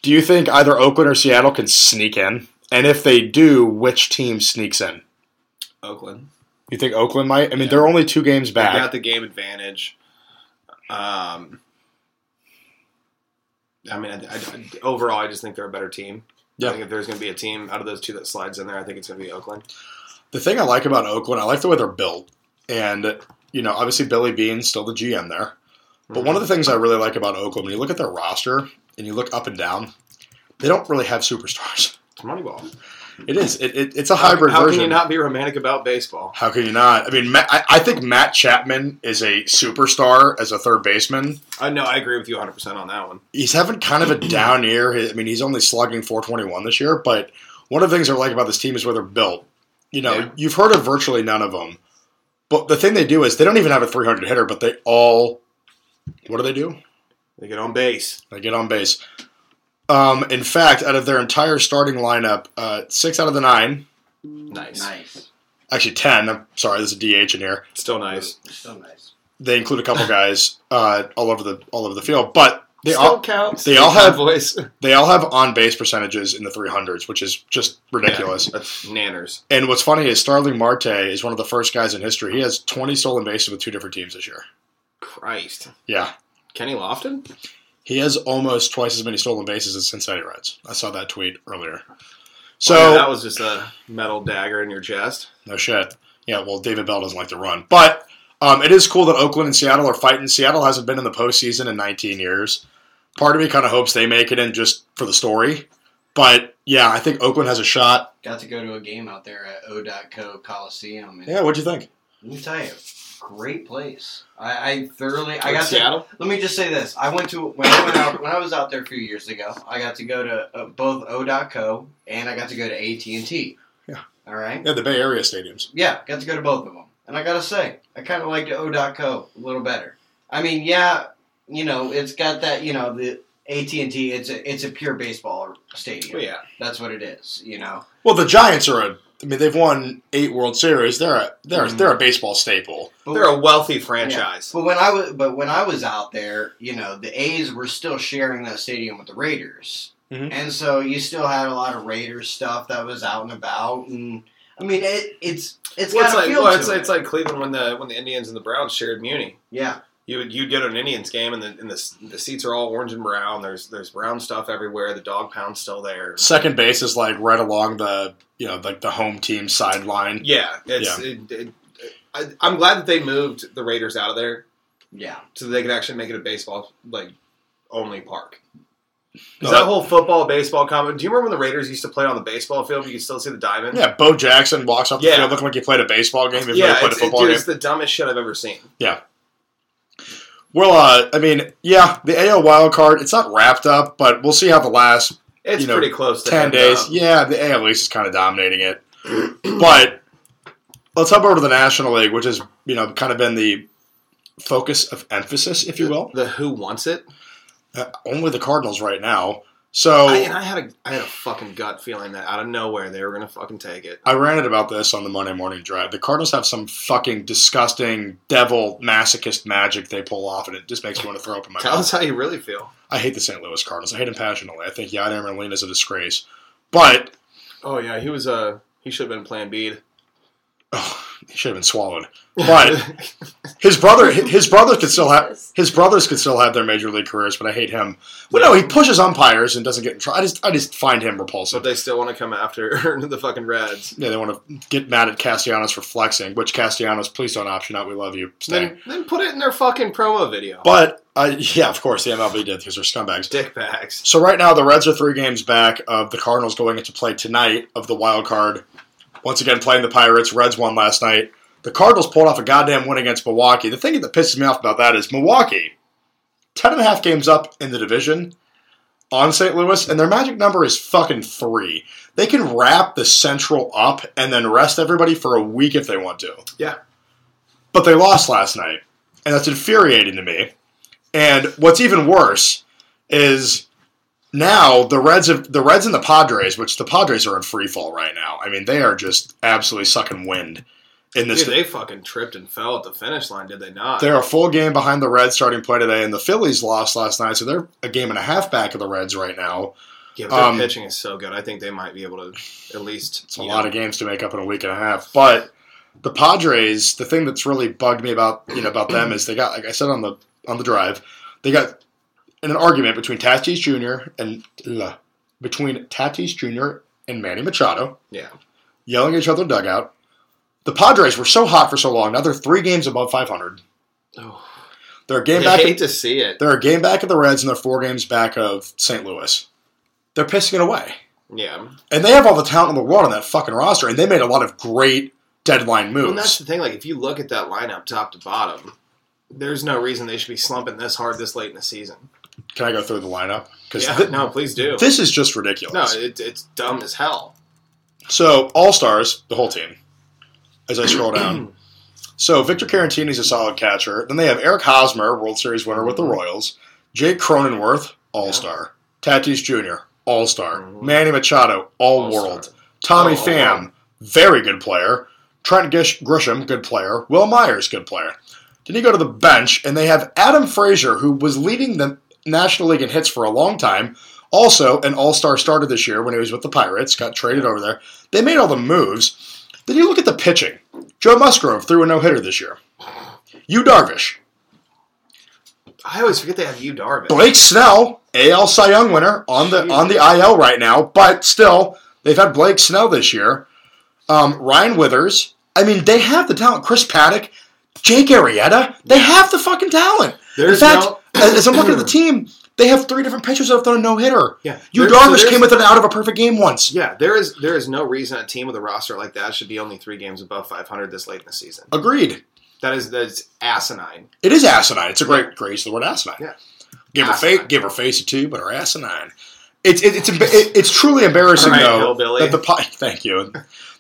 Speaker 2: Do you think either Oakland or Seattle can sneak in? And if they do, which team sneaks in?
Speaker 1: Oakland.
Speaker 2: You think Oakland might? I mean,
Speaker 1: Yeah.
Speaker 2: they're only two games
Speaker 1: They
Speaker 2: back.
Speaker 1: got the game advantage. Um, I mean, I, I- overall, I just think they're a better team.
Speaker 2: Yeah.
Speaker 1: I think if there's going to be a team out of those two that slides in there, I think it's going to be Oakland.
Speaker 2: the thing I like about Oakland, I like the way they're built. And, you know, obviously Billy Bean's still the GM there. But one of the things I really like about Oakland, when you look at their roster and you look up and down, they don't really have superstars.
Speaker 1: It's Moneyball.
Speaker 2: It is. It, it, it's a hybrid
Speaker 1: how, how
Speaker 2: version.
Speaker 1: can you not be romantic about baseball?
Speaker 2: How can you not? I mean, Matt, I, I think Matt Chapman is a superstar as a third baseman.
Speaker 1: I know. I agree with you 100% on that one.
Speaker 2: He's having kind of a down year. I mean, he's only slugging 421 this year. But one of the things I like about this team is where they're built. You know,
Speaker 1: Yeah.
Speaker 2: you've heard of virtually none of them. But the thing they do is they don't even have a 300 hitter, but they all, what do they do?
Speaker 1: They get on base.
Speaker 2: They get on base. Um, in fact, out of their entire starting lineup, uh, six out of the nine,
Speaker 1: Nice.
Speaker 3: Nice.
Speaker 2: actually 10, I'm sorry, there's a DH in here.
Speaker 1: Still nice.
Speaker 3: So nice.
Speaker 2: They include a couple guys uh, all over the all over the field, but they
Speaker 1: Still
Speaker 2: all
Speaker 1: counts.
Speaker 2: they all have-
Speaker 1: voice.
Speaker 2: they all have on base percentages in the 300s, which is just ridiculous.
Speaker 1: That's nanners.
Speaker 2: And what's funny is Starling Marte is one of the first guys in history. He has 20 stolen bases with two different teams this year.
Speaker 1: Christ.
Speaker 2: Yeah.
Speaker 1: Kenny Lofton?
Speaker 2: He has almost twice as many stolen bases as Cincinnati Reds. I saw that tweet earlier. So
Speaker 1: Well, Oh, that was just a metal dagger in your chest.
Speaker 2: No shit. Yeah, well, David Bell doesn't like to run. But um, it is cool that Oakland and Seattle are fighting. Seattle hasn't been in the postseason in 19 years. Part of me kind of hopes they make it in just for the story. But yeah, I think Oakland has a shot.
Speaker 3: Got to go to a game out there at O.co Coliseum. and-
Speaker 2: Yeah, what'd you think?
Speaker 3: Let me tell you, great place. I, I thoroughly. I
Speaker 1: Like
Speaker 3: got to.
Speaker 1: Seattle.
Speaker 3: Let me just say this. I went to when I went out when I was out there a few years ago. I got to go to uh, both O.co and I got to go to AT and T.
Speaker 2: Yeah.
Speaker 3: All right.
Speaker 2: Yeah, the Bay Area stadiums.
Speaker 3: Yeah, got to go to both of them, and I gotta say, I kind of liked O.co a little better. I mean, yeah, you know, it's got that. You know, the AT and T. It's a it's a pure baseball stadium.
Speaker 1: Well, Oh, yeah.
Speaker 3: That's what it is. You know.
Speaker 2: Well, the Giants are a. I mean, they've won eight World Series. They're a they're
Speaker 1: Mhm.
Speaker 2: they're a baseball staple.
Speaker 3: But
Speaker 1: They're a wealthy franchise.
Speaker 3: But when I was, but when I was out there, you know, the A's were still sharing that stadium with the Raiders,
Speaker 1: Mm-hmm.
Speaker 2: Mhm.
Speaker 3: and so you still had a lot of Raiders stuff that was out and about. And I mean, it, it's it's
Speaker 1: Well,
Speaker 3: got
Speaker 1: it's
Speaker 3: a
Speaker 1: like
Speaker 3: feel
Speaker 1: well,
Speaker 3: to
Speaker 1: it's,
Speaker 3: it.
Speaker 1: it's like Cleveland when the when the Indians and the Browns shared Muni.
Speaker 3: yeah,
Speaker 1: You would you'd go to an Indians game and the and the, the seats are all orange and brown. There's there's brown stuff everywhere. The dog pound's still there.
Speaker 2: Second base is like right along the you know like the home team sideline.
Speaker 1: Yeah, it's. It, it, I, I'm glad that they moved the Raiders out of there
Speaker 3: yeah,
Speaker 1: so that they could actually make it a baseball like only park. 'Cause
Speaker 2: No,
Speaker 1: that whole football baseball comment. Do you remember when the Raiders used to play on the baseball field? But you could still see the diamond.
Speaker 2: Yeah, Bo Jackson walks off the
Speaker 1: Yeah.
Speaker 2: field looking like he played a baseball game. Even though
Speaker 1: yeah.
Speaker 2: he played
Speaker 1: It's,
Speaker 2: a
Speaker 1: it-
Speaker 2: football
Speaker 1: dude,
Speaker 2: game.
Speaker 1: it's the dumbest shit I've ever seen.
Speaker 2: Well, uh, I mean, yeah, the AL wild card, it's not wrapped up, but we'll see how the last
Speaker 1: It's
Speaker 2: You know,
Speaker 1: pretty close to
Speaker 2: 10
Speaker 1: end
Speaker 2: days.
Speaker 1: up.
Speaker 2: Yeah, the AL East is kind of dominating it. but let's hop over to the National League, which has, you know, kind of been the focus of emphasis, if you will.
Speaker 1: The who wants it?
Speaker 2: Uh, only the Cardinals right now. So
Speaker 1: I, and
Speaker 2: I,
Speaker 1: I had a I had a fucking gut feeling that out of nowhere they were gonna fucking take it.
Speaker 2: ranted about this on the Monday morning drive. The Cardinals have some fucking disgusting devil masochist magic they pull off, and it just makes me want to throw up in my
Speaker 1: Tell
Speaker 2: mouth.
Speaker 1: us how you really feel.
Speaker 2: I hate the St. Louis Cardinals. I hate them passionately. I think Yadier Molina is a disgrace. But
Speaker 1: Oh yeah, he was uh he should have been Plan B.
Speaker 2: oh, he should have been swallowed. But his brother, his brother could still have his brothers could still have their major league careers. But I hate him. Well, no, he pushes umpires and doesn't get in trouble. I just, I just find him
Speaker 1: so
Speaker 2: repulsive.
Speaker 1: they still want to come after the fucking Reds.
Speaker 2: Yeah, they want to get mad at Castellanos for flexing. Which Castellanos, please don't option out. We love you. Stay.
Speaker 1: Then then put it in their fucking promo video.
Speaker 2: But I, yeah, of course, the MLB did because they're scumbags.
Speaker 1: Dick bags.
Speaker 2: So right now the Reds are three games back of the Cardinals going into play tonight of the wild card. Once again playing the Pirates. Reds won last night. The Cardinals pulled off a goddamn win against Milwaukee. The thing that pisses me off about that is Milwaukee, ten and a half games up in the division on St. Louis, and their magic number is fucking three. They can wrap the Central up and then rest everybody for a week if they want to.
Speaker 1: Yeah.
Speaker 2: But they lost last night, and that's infuriating to me. And what's even worse is now the Reds have the Reds and the Padres, which the Padres are in free fall right now. I mean, they are just absolutely sucking wind in this.
Speaker 1: Dude, they fucking tripped and fell at the finish line, did they not?
Speaker 2: they're a full game behind the Reds starting play today, and the Phillies lost last night, so they're a game and a half back of the Reds right now.
Speaker 1: yeah, but their
Speaker 2: um,
Speaker 1: pitching is so good. I think they might be able to at least.
Speaker 2: It's a lot of games to make up in a week and a half. But the Padres, the thing that's really bugged me about you know about them is they got like I said on the on the drive, they got in an argument between Tatis Jr. and ugh, between Tatis Jr. and Manny Machado.
Speaker 1: Yeah.
Speaker 2: yelling at each other in the dugout. The Padres were so hot for so long. Now they're three games above 500.
Speaker 1: Oh,
Speaker 2: They're a
Speaker 1: I
Speaker 2: game back.
Speaker 1: hate to see it.
Speaker 2: they're a game back of the Reds, and they're four games back of St. Louis. They're pissing it away.
Speaker 1: Yeah,
Speaker 2: And they have all the talent in the world on that fucking roster, and they made a lot of great deadline
Speaker 1: Well, and that's
Speaker 2: moves.
Speaker 1: the thing. Like, if you look at that lineup top to bottom, there's no reason they should be slumping this hard this late in the season.
Speaker 2: Can I go through the lineup? Because
Speaker 1: Yeah, no, please do.
Speaker 2: this is just
Speaker 1: No,
Speaker 2: ridiculous.
Speaker 1: it, it's dumb as hell.
Speaker 2: So all stars, the whole team. As I scroll down, So Victor Carantini's a solid catcher. Then they have Eric Hosmer, World Series winner
Speaker 1: Mm-hmm.
Speaker 2: with the Royals. Jake Cronenworth, All Star. Tatis Jr., All Star.
Speaker 1: Mm-hmm.
Speaker 4: Mhm.
Speaker 2: Manny Machado, All
Speaker 4: All-star.
Speaker 2: World. Tommy
Speaker 4: Oh,
Speaker 2: Pham, very good player. Trent Gish- Grisham, good player. Will Myers, good player. Then you go to the bench, and they have Adam Frazier, who was leading the National League in hits for a long time. Also, an All Star starter this year when he was with the Pirates, got traded over there. They made all the moves. Then you look at the pitching. Joe Musgrove threw a no hitter this year. Yu Darvish,
Speaker 1: I always forget they have you, Darvish.
Speaker 2: Blake Snell, AL Cy Young winner on the on the IL right now, but still they've had Blake Snell this year. Um, Ryan Withers. I mean, they have the talent. Chris Paddock, Jake Arrieta. They have the fucking talent.
Speaker 1: There's
Speaker 2: In fact,
Speaker 1: no-
Speaker 2: as as I'm looking at the team, they have three different pitchers that have thrown a no hitter.
Speaker 1: Yeah.
Speaker 2: you
Speaker 1: There- so
Speaker 2: Darvish
Speaker 1: there's-
Speaker 2: came with an out of a perfect game once.
Speaker 1: Yeah, there is there is no reason a team with a roster like that should be only three games above 500 this late in the season.
Speaker 2: Agreed.
Speaker 1: That is that's asinine.
Speaker 2: It is asinine. It's a great grace the word asinine.
Speaker 1: Yeah.
Speaker 2: Give her face,
Speaker 1: Asinine.
Speaker 2: give her face a two, but her asinine. It's it's it's, emba- it- it's truly embarrassing
Speaker 1: All right,
Speaker 2: though
Speaker 1: hillbilly.
Speaker 2: that the Pa- thank you.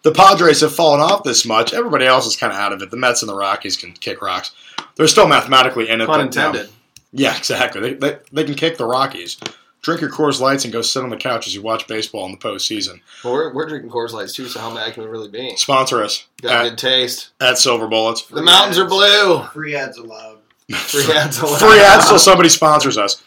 Speaker 2: The Padres have fallen off this much. Everybody else is kind of out of it. The Mets and the Rockies can kick rocks. They're still mathematically in it.
Speaker 1: Pun
Speaker 2: but, no.
Speaker 1: intended.
Speaker 2: Yeah, exactly. They, they, they can kick the Rockies. Drink your Coors Lights and go sit on the couch as you watch baseball in the postseason.
Speaker 1: But we're, we're drinking Coors Lights too, so how mad can we really be?
Speaker 2: Sponsor us
Speaker 1: Got
Speaker 2: at,
Speaker 1: good taste.
Speaker 2: at Silver Bullets.
Speaker 1: The mountains are blue.
Speaker 3: Free ads allowed.
Speaker 1: Free ads allowed.
Speaker 2: Free ads till somebody sponsors us.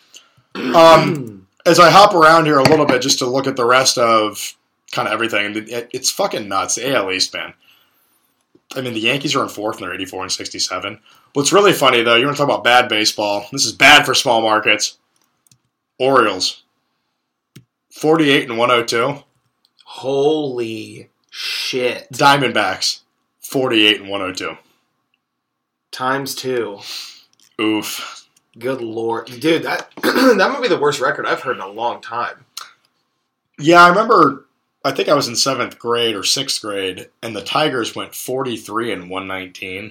Speaker 2: Um, as I hop around here a little bit just to look at the rest of kind of everything, and it, it's fucking nuts. The AL East, man. I mean, the Yankees are in fourth and they're 84 and 67. What's really funny, though, you want to talk about bad baseball. This is bad for small markets. Orioles, 48 and 102.
Speaker 1: Holy shit.
Speaker 2: Diamondbacks, 48 and 102.
Speaker 1: Times two.
Speaker 2: Oof.
Speaker 1: Good lord, dude, that that might be the worst record I've heard in a long time.
Speaker 2: Yeah, I remember. I think I was in seventh grade or sixth grade, and the Tigers went forty-three and one nineteen.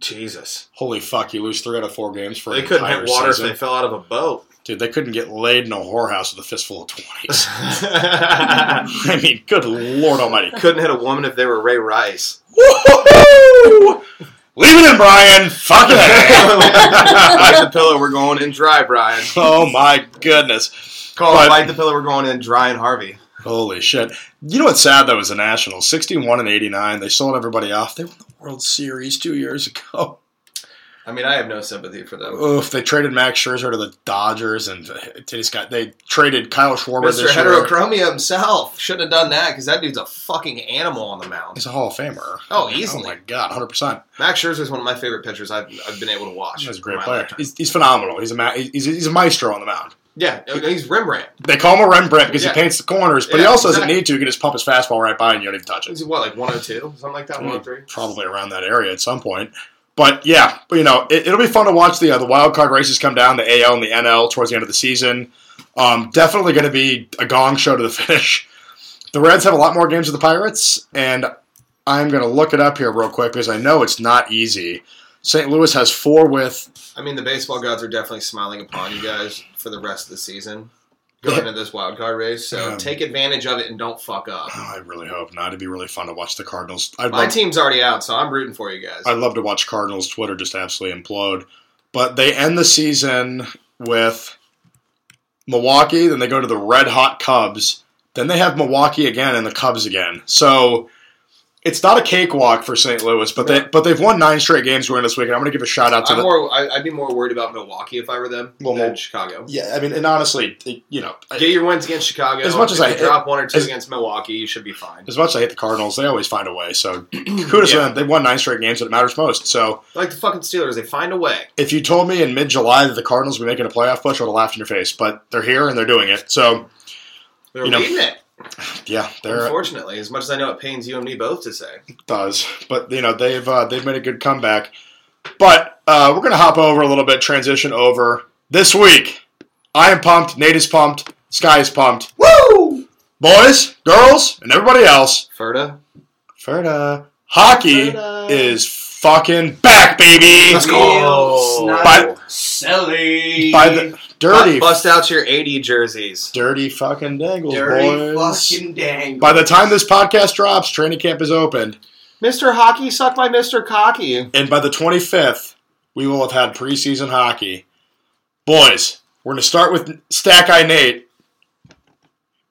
Speaker 1: Jesus,
Speaker 2: Holy fuck! You lose three out of four games for
Speaker 1: they
Speaker 2: an
Speaker 1: couldn't
Speaker 2: entire
Speaker 1: hit water
Speaker 2: season.
Speaker 1: if they fell out of a boat.
Speaker 2: Dude, they couldn't get laid in a whorehouse with a fistful of twenties. I mean, good lord almighty!
Speaker 1: couldn't hit a woman if they were Ray Rice.
Speaker 2: Woo-hoo-hoo! Leave it in, Brian. Fuck it.
Speaker 1: Bite the pillow, we're going in dry, Brian.
Speaker 2: oh my goodness!
Speaker 1: Call
Speaker 2: But-
Speaker 1: it bite the pillow, we're going in dry and Harvey.
Speaker 2: Holy shit. You know what's sad though is the Nationals. 61 and 89. They sold everybody off. They won the World Series two years ago.
Speaker 1: I mean, I have no sympathy for them.
Speaker 2: Oof, they traded Max Scherzer to the Dodgers and they just got they traded Kyle Schwarber
Speaker 1: Mr.
Speaker 2: this year.
Speaker 1: Heterochromia himself shouldn't have done that because that dude's a fucking animal on the mound.
Speaker 2: He's a Hall of Famer.
Speaker 1: Oh,
Speaker 2: Oh my
Speaker 1: easily.
Speaker 2: god, 100. percent
Speaker 1: Max Scherzer is one of my favorite pitchers I've, I've been able to watch.
Speaker 2: He's a
Speaker 1: in
Speaker 2: great
Speaker 1: my
Speaker 2: player.
Speaker 1: lifetime.
Speaker 2: He's, he's phenomenal. He's a ma- he's, he's a maestro on the mound.
Speaker 1: Yeah, he's rim ramp.
Speaker 2: They call him a Rembrandt because
Speaker 1: Yeah.
Speaker 2: he paints the corners, but he
Speaker 1: Yeah,
Speaker 2: also doesn't
Speaker 1: exactly.
Speaker 2: need to. He can just pump his fastball right by and you don't even touch it.
Speaker 1: Is he what, like 102? Something like that, 103?
Speaker 2: probably around that area at some point. But yeah, but, you know, it, it'll be fun to watch the uh, the wild card races come down, the AL and the NL towards the end of the season. Um, definitely going to be a gong show to the finish. The Reds have a lot more games with the Pirates, and I'm going to look it up here real quick because I know it's not easy. St. Louis has four with
Speaker 1: I mean, the baseball gods are definitely smiling upon you guys for the rest of the season going into this wild card race. So
Speaker 2: Um,
Speaker 1: take advantage of it and don't fuck up.
Speaker 2: oh, I really hope not. It'd be really fun to watch the Cardinals. I'd
Speaker 1: My
Speaker 2: love,
Speaker 1: team's already out, so I'm rooting for you guys.
Speaker 2: I'd love to watch Cardinals Twitter just absolutely implode. But they end the season with Milwaukee, then they go to the red hot Cubs, then they have Milwaukee again and the Cubs again. So it's not a cakewalk for St. Louis, but they but they've won nine straight games going this week. And I'm going to give a shout out to
Speaker 1: I'm
Speaker 2: the
Speaker 1: more. I, I'd be more worried about Milwaukee if I were them
Speaker 2: Well,
Speaker 1: than
Speaker 2: Mil-
Speaker 1: Chicago.
Speaker 2: yeah. I mean, and honestly, it- you know, I-
Speaker 1: Get your wins against Chicago.
Speaker 2: As much as
Speaker 1: If
Speaker 2: I-
Speaker 1: you drop one or two
Speaker 2: as-
Speaker 1: against Milwaukee, you should be fine.
Speaker 2: as much as I hate the Cardinals, they always find a way. So kudos
Speaker 1: Yeah.
Speaker 2: to them. They won nine straight games, and it matters most. So
Speaker 1: Like the fucking Steelers, they find a way.
Speaker 2: if you told me in mid July that the Cardinals would be making a playoff push, I would have laughed in your face. But they're here and they're doing it. So
Speaker 1: They're
Speaker 2: You know,
Speaker 1: reading it.
Speaker 2: yeah, they're
Speaker 1: Unfortunately, as much as I know, it pains you and me both to say.
Speaker 2: does. But you know they've uh, they've made a good comeback. But uh, we're gonna hop over a little bit, transition over this week. I am pumped. Nate is pumped. Sky is pumped.
Speaker 1: Woo!
Speaker 2: Boys, girls, and everybody else.
Speaker 1: Ferda,
Speaker 2: Ferda. Hockey
Speaker 1: Ferda.
Speaker 2: is fucking back, baby.
Speaker 1: Let's go.
Speaker 3: Real snide
Speaker 2: By-
Speaker 3: Selly.
Speaker 2: By the dirty,
Speaker 1: bust out your '80 jerseys.
Speaker 2: dirty fucking dangles,
Speaker 3: dirty
Speaker 2: boys.
Speaker 3: fucking dang.
Speaker 2: By the time this podcast drops, training camp is opened.
Speaker 1: Mr. Hockey sucked by Mr. Cocky.
Speaker 2: And by the 25th, we will have had preseason hockey. Boys, we're going to start with Stack Eye Nate.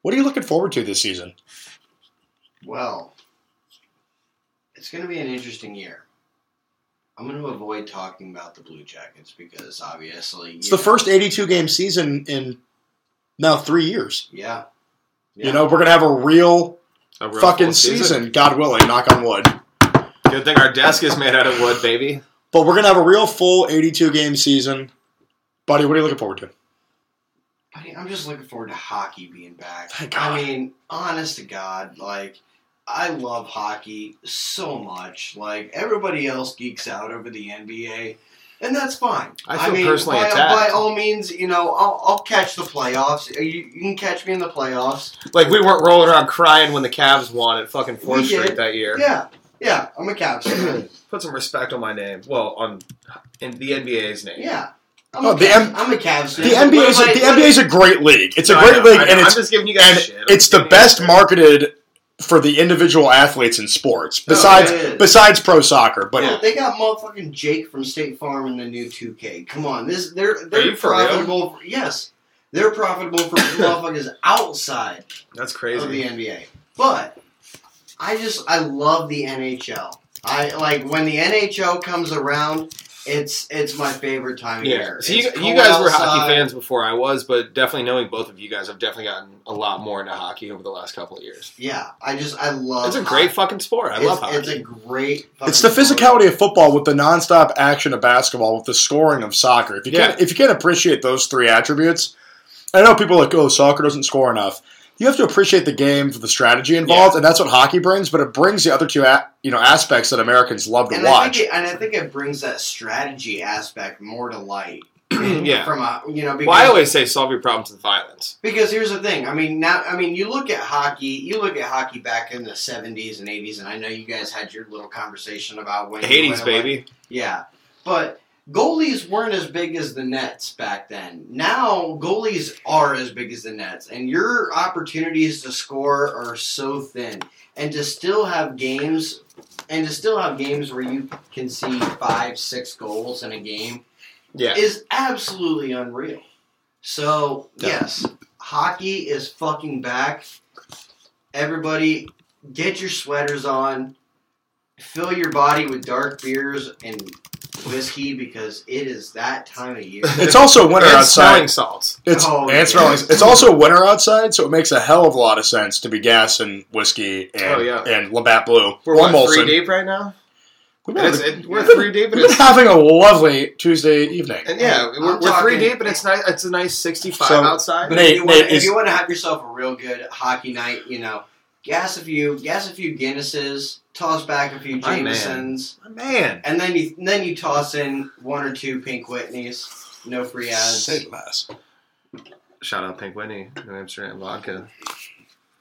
Speaker 2: What are you looking forward to this season?
Speaker 3: Well, it's going to be an interesting year. I'm going to avoid talking about the Blue Jackets because obviously
Speaker 2: It's the first 82 game season in now three years.
Speaker 3: Yeah,
Speaker 2: You know, we're going to have a real
Speaker 1: A real
Speaker 2: fucking
Speaker 1: full
Speaker 2: season, God willing, knock on wood.
Speaker 1: Good thing our desk is made out of wood, baby.
Speaker 2: But we're going to have a real full 82 game season. Buddy, what are you looking forward to?
Speaker 3: Buddy, I'm just looking forward to hockey being back.
Speaker 2: Thank God.
Speaker 3: I mean, honest to God, like I love hockey so much. Like everybody else geeks out over the NBA, and that's fine.
Speaker 1: I feel
Speaker 3: mean,
Speaker 1: personally
Speaker 3: by,
Speaker 1: attacked.
Speaker 3: by all means, you know, I'll, I'll catch the playoffs. You, you can catch me in the playoffs.
Speaker 1: Like we weren't rolling around crying when the Cavs won at fucking Fourth
Speaker 3: We did.
Speaker 1: Street that year.
Speaker 3: Yeah, yeah, I'm a Cavs fan.
Speaker 1: Put some respect on my name. Well, on in the NBA's name.
Speaker 3: Yeah. I'm,
Speaker 2: Oh,
Speaker 3: a
Speaker 2: the
Speaker 3: Cavs,
Speaker 2: M-
Speaker 3: I'm a Cavs fan.
Speaker 2: The
Speaker 3: What
Speaker 2: NBA is
Speaker 3: am I-
Speaker 2: the
Speaker 3: what-
Speaker 2: NBA is a great league. It's a
Speaker 1: No, I
Speaker 2: great
Speaker 1: know,
Speaker 2: league,
Speaker 1: I know.
Speaker 2: and
Speaker 1: I'm
Speaker 2: it's
Speaker 1: just giving you guys
Speaker 2: and
Speaker 1: shit. I'm
Speaker 2: it's
Speaker 1: just
Speaker 2: the
Speaker 1: giving you guys
Speaker 2: best
Speaker 1: shit.
Speaker 2: marketed for the individual athletes in sports. Besides,
Speaker 3: it is.
Speaker 2: besides pro soccer, but
Speaker 3: Dude, they got motherfucking Jake from State Farm in the new 2K. Come on, this they're
Speaker 1: Are
Speaker 3: they're
Speaker 1: you for real?
Speaker 3: profitable. For, yes, they're profitable for motherfuckers outside
Speaker 1: That's
Speaker 3: of
Speaker 1: crazy.
Speaker 3: the NBA. But I just I love the NHL. I like when the NHL comes around. It's it's my favorite time of
Speaker 1: Yeah.
Speaker 3: year.
Speaker 1: So you,
Speaker 3: It's
Speaker 1: you
Speaker 3: cold
Speaker 1: guys were hockey
Speaker 3: outside.
Speaker 1: fans before I was, but definitely knowing both of you guys, I've definitely gotten a lot more into hockey over the last couple of years.
Speaker 3: Yeah, I just I love.
Speaker 1: It's a great
Speaker 3: hockey.
Speaker 1: fucking sport. I
Speaker 3: Uh, it's,
Speaker 1: love hockey.
Speaker 3: It's a great.
Speaker 2: it's the
Speaker 3: fucking sport.
Speaker 2: physicality of football with the nonstop action of basketball with the scoring of soccer. If you
Speaker 1: Yeah.
Speaker 2: can't if you can't appreciate those three attributes, I know people are like oh soccer doesn't score enough. You have to appreciate the game for the strategy involved, and that's what hockey brings. But it brings the other two a- you know aspects that Americans love to
Speaker 3: and I
Speaker 2: watch.
Speaker 3: think it, and I think it brings that strategy aspect more to light.
Speaker 1: Yeah.
Speaker 3: From a you know because,
Speaker 1: well, I always say solve your problems with violence.
Speaker 3: because here's the thing. I mean now I mean you look at hockey. You look at hockey back in the '70s and '80s, and I know you guys had your little conversation about when you
Speaker 1: Hades,
Speaker 3: went away.
Speaker 1: baby.
Speaker 3: Yeah, but. Goalies weren't as big as the nets back then. Now goalies are as big as the nets, and your opportunities to score are so thin. And to still have games, and to still have games where you can see five, six goals in a game,
Speaker 1: Yeah.
Speaker 3: is absolutely unreal. So yes, hockey is fucking back. Everybody, get your sweaters on. Fill your body with dark beers and whiskey because it is that time of year.
Speaker 2: it's also winter
Speaker 1: and
Speaker 2: outside.
Speaker 1: smelling salts.
Speaker 2: It's
Speaker 3: Oh,
Speaker 2: and it's
Speaker 3: yeah.
Speaker 2: really- It's also winter outside, so it makes a hell of a lot of sense to be gassing whiskey and
Speaker 1: Oh, yeah.
Speaker 2: and Labatt Blue
Speaker 1: We're
Speaker 2: or
Speaker 1: what,
Speaker 2: Molson.
Speaker 1: three deep right now.
Speaker 2: We've
Speaker 1: And
Speaker 2: been,
Speaker 1: it's, it, we're
Speaker 3: Yeah.
Speaker 1: three deep, and
Speaker 2: we've been
Speaker 1: it's,
Speaker 2: having a lovely Tuesday evening.
Speaker 1: and yeah,
Speaker 3: I'm
Speaker 1: we're, we're three
Speaker 3: talking-
Speaker 1: deep, and it's nice. It's a nice sixty-five
Speaker 2: So-
Speaker 1: outside.
Speaker 3: But
Speaker 2: Nate,
Speaker 3: if, you wanna,
Speaker 2: Nate,
Speaker 3: if
Speaker 2: is-
Speaker 3: you want to have yourself a real good hockey night, you know, gas a few, gas a few Guinnesses, toss back a few
Speaker 1: My man.
Speaker 3: Jamesons,
Speaker 1: Man,
Speaker 3: and then you then you toss in one or two Pink Whitneys. No free ads.
Speaker 2: Say less.
Speaker 1: shout out Pink Whitney, New Amsterdam vodka.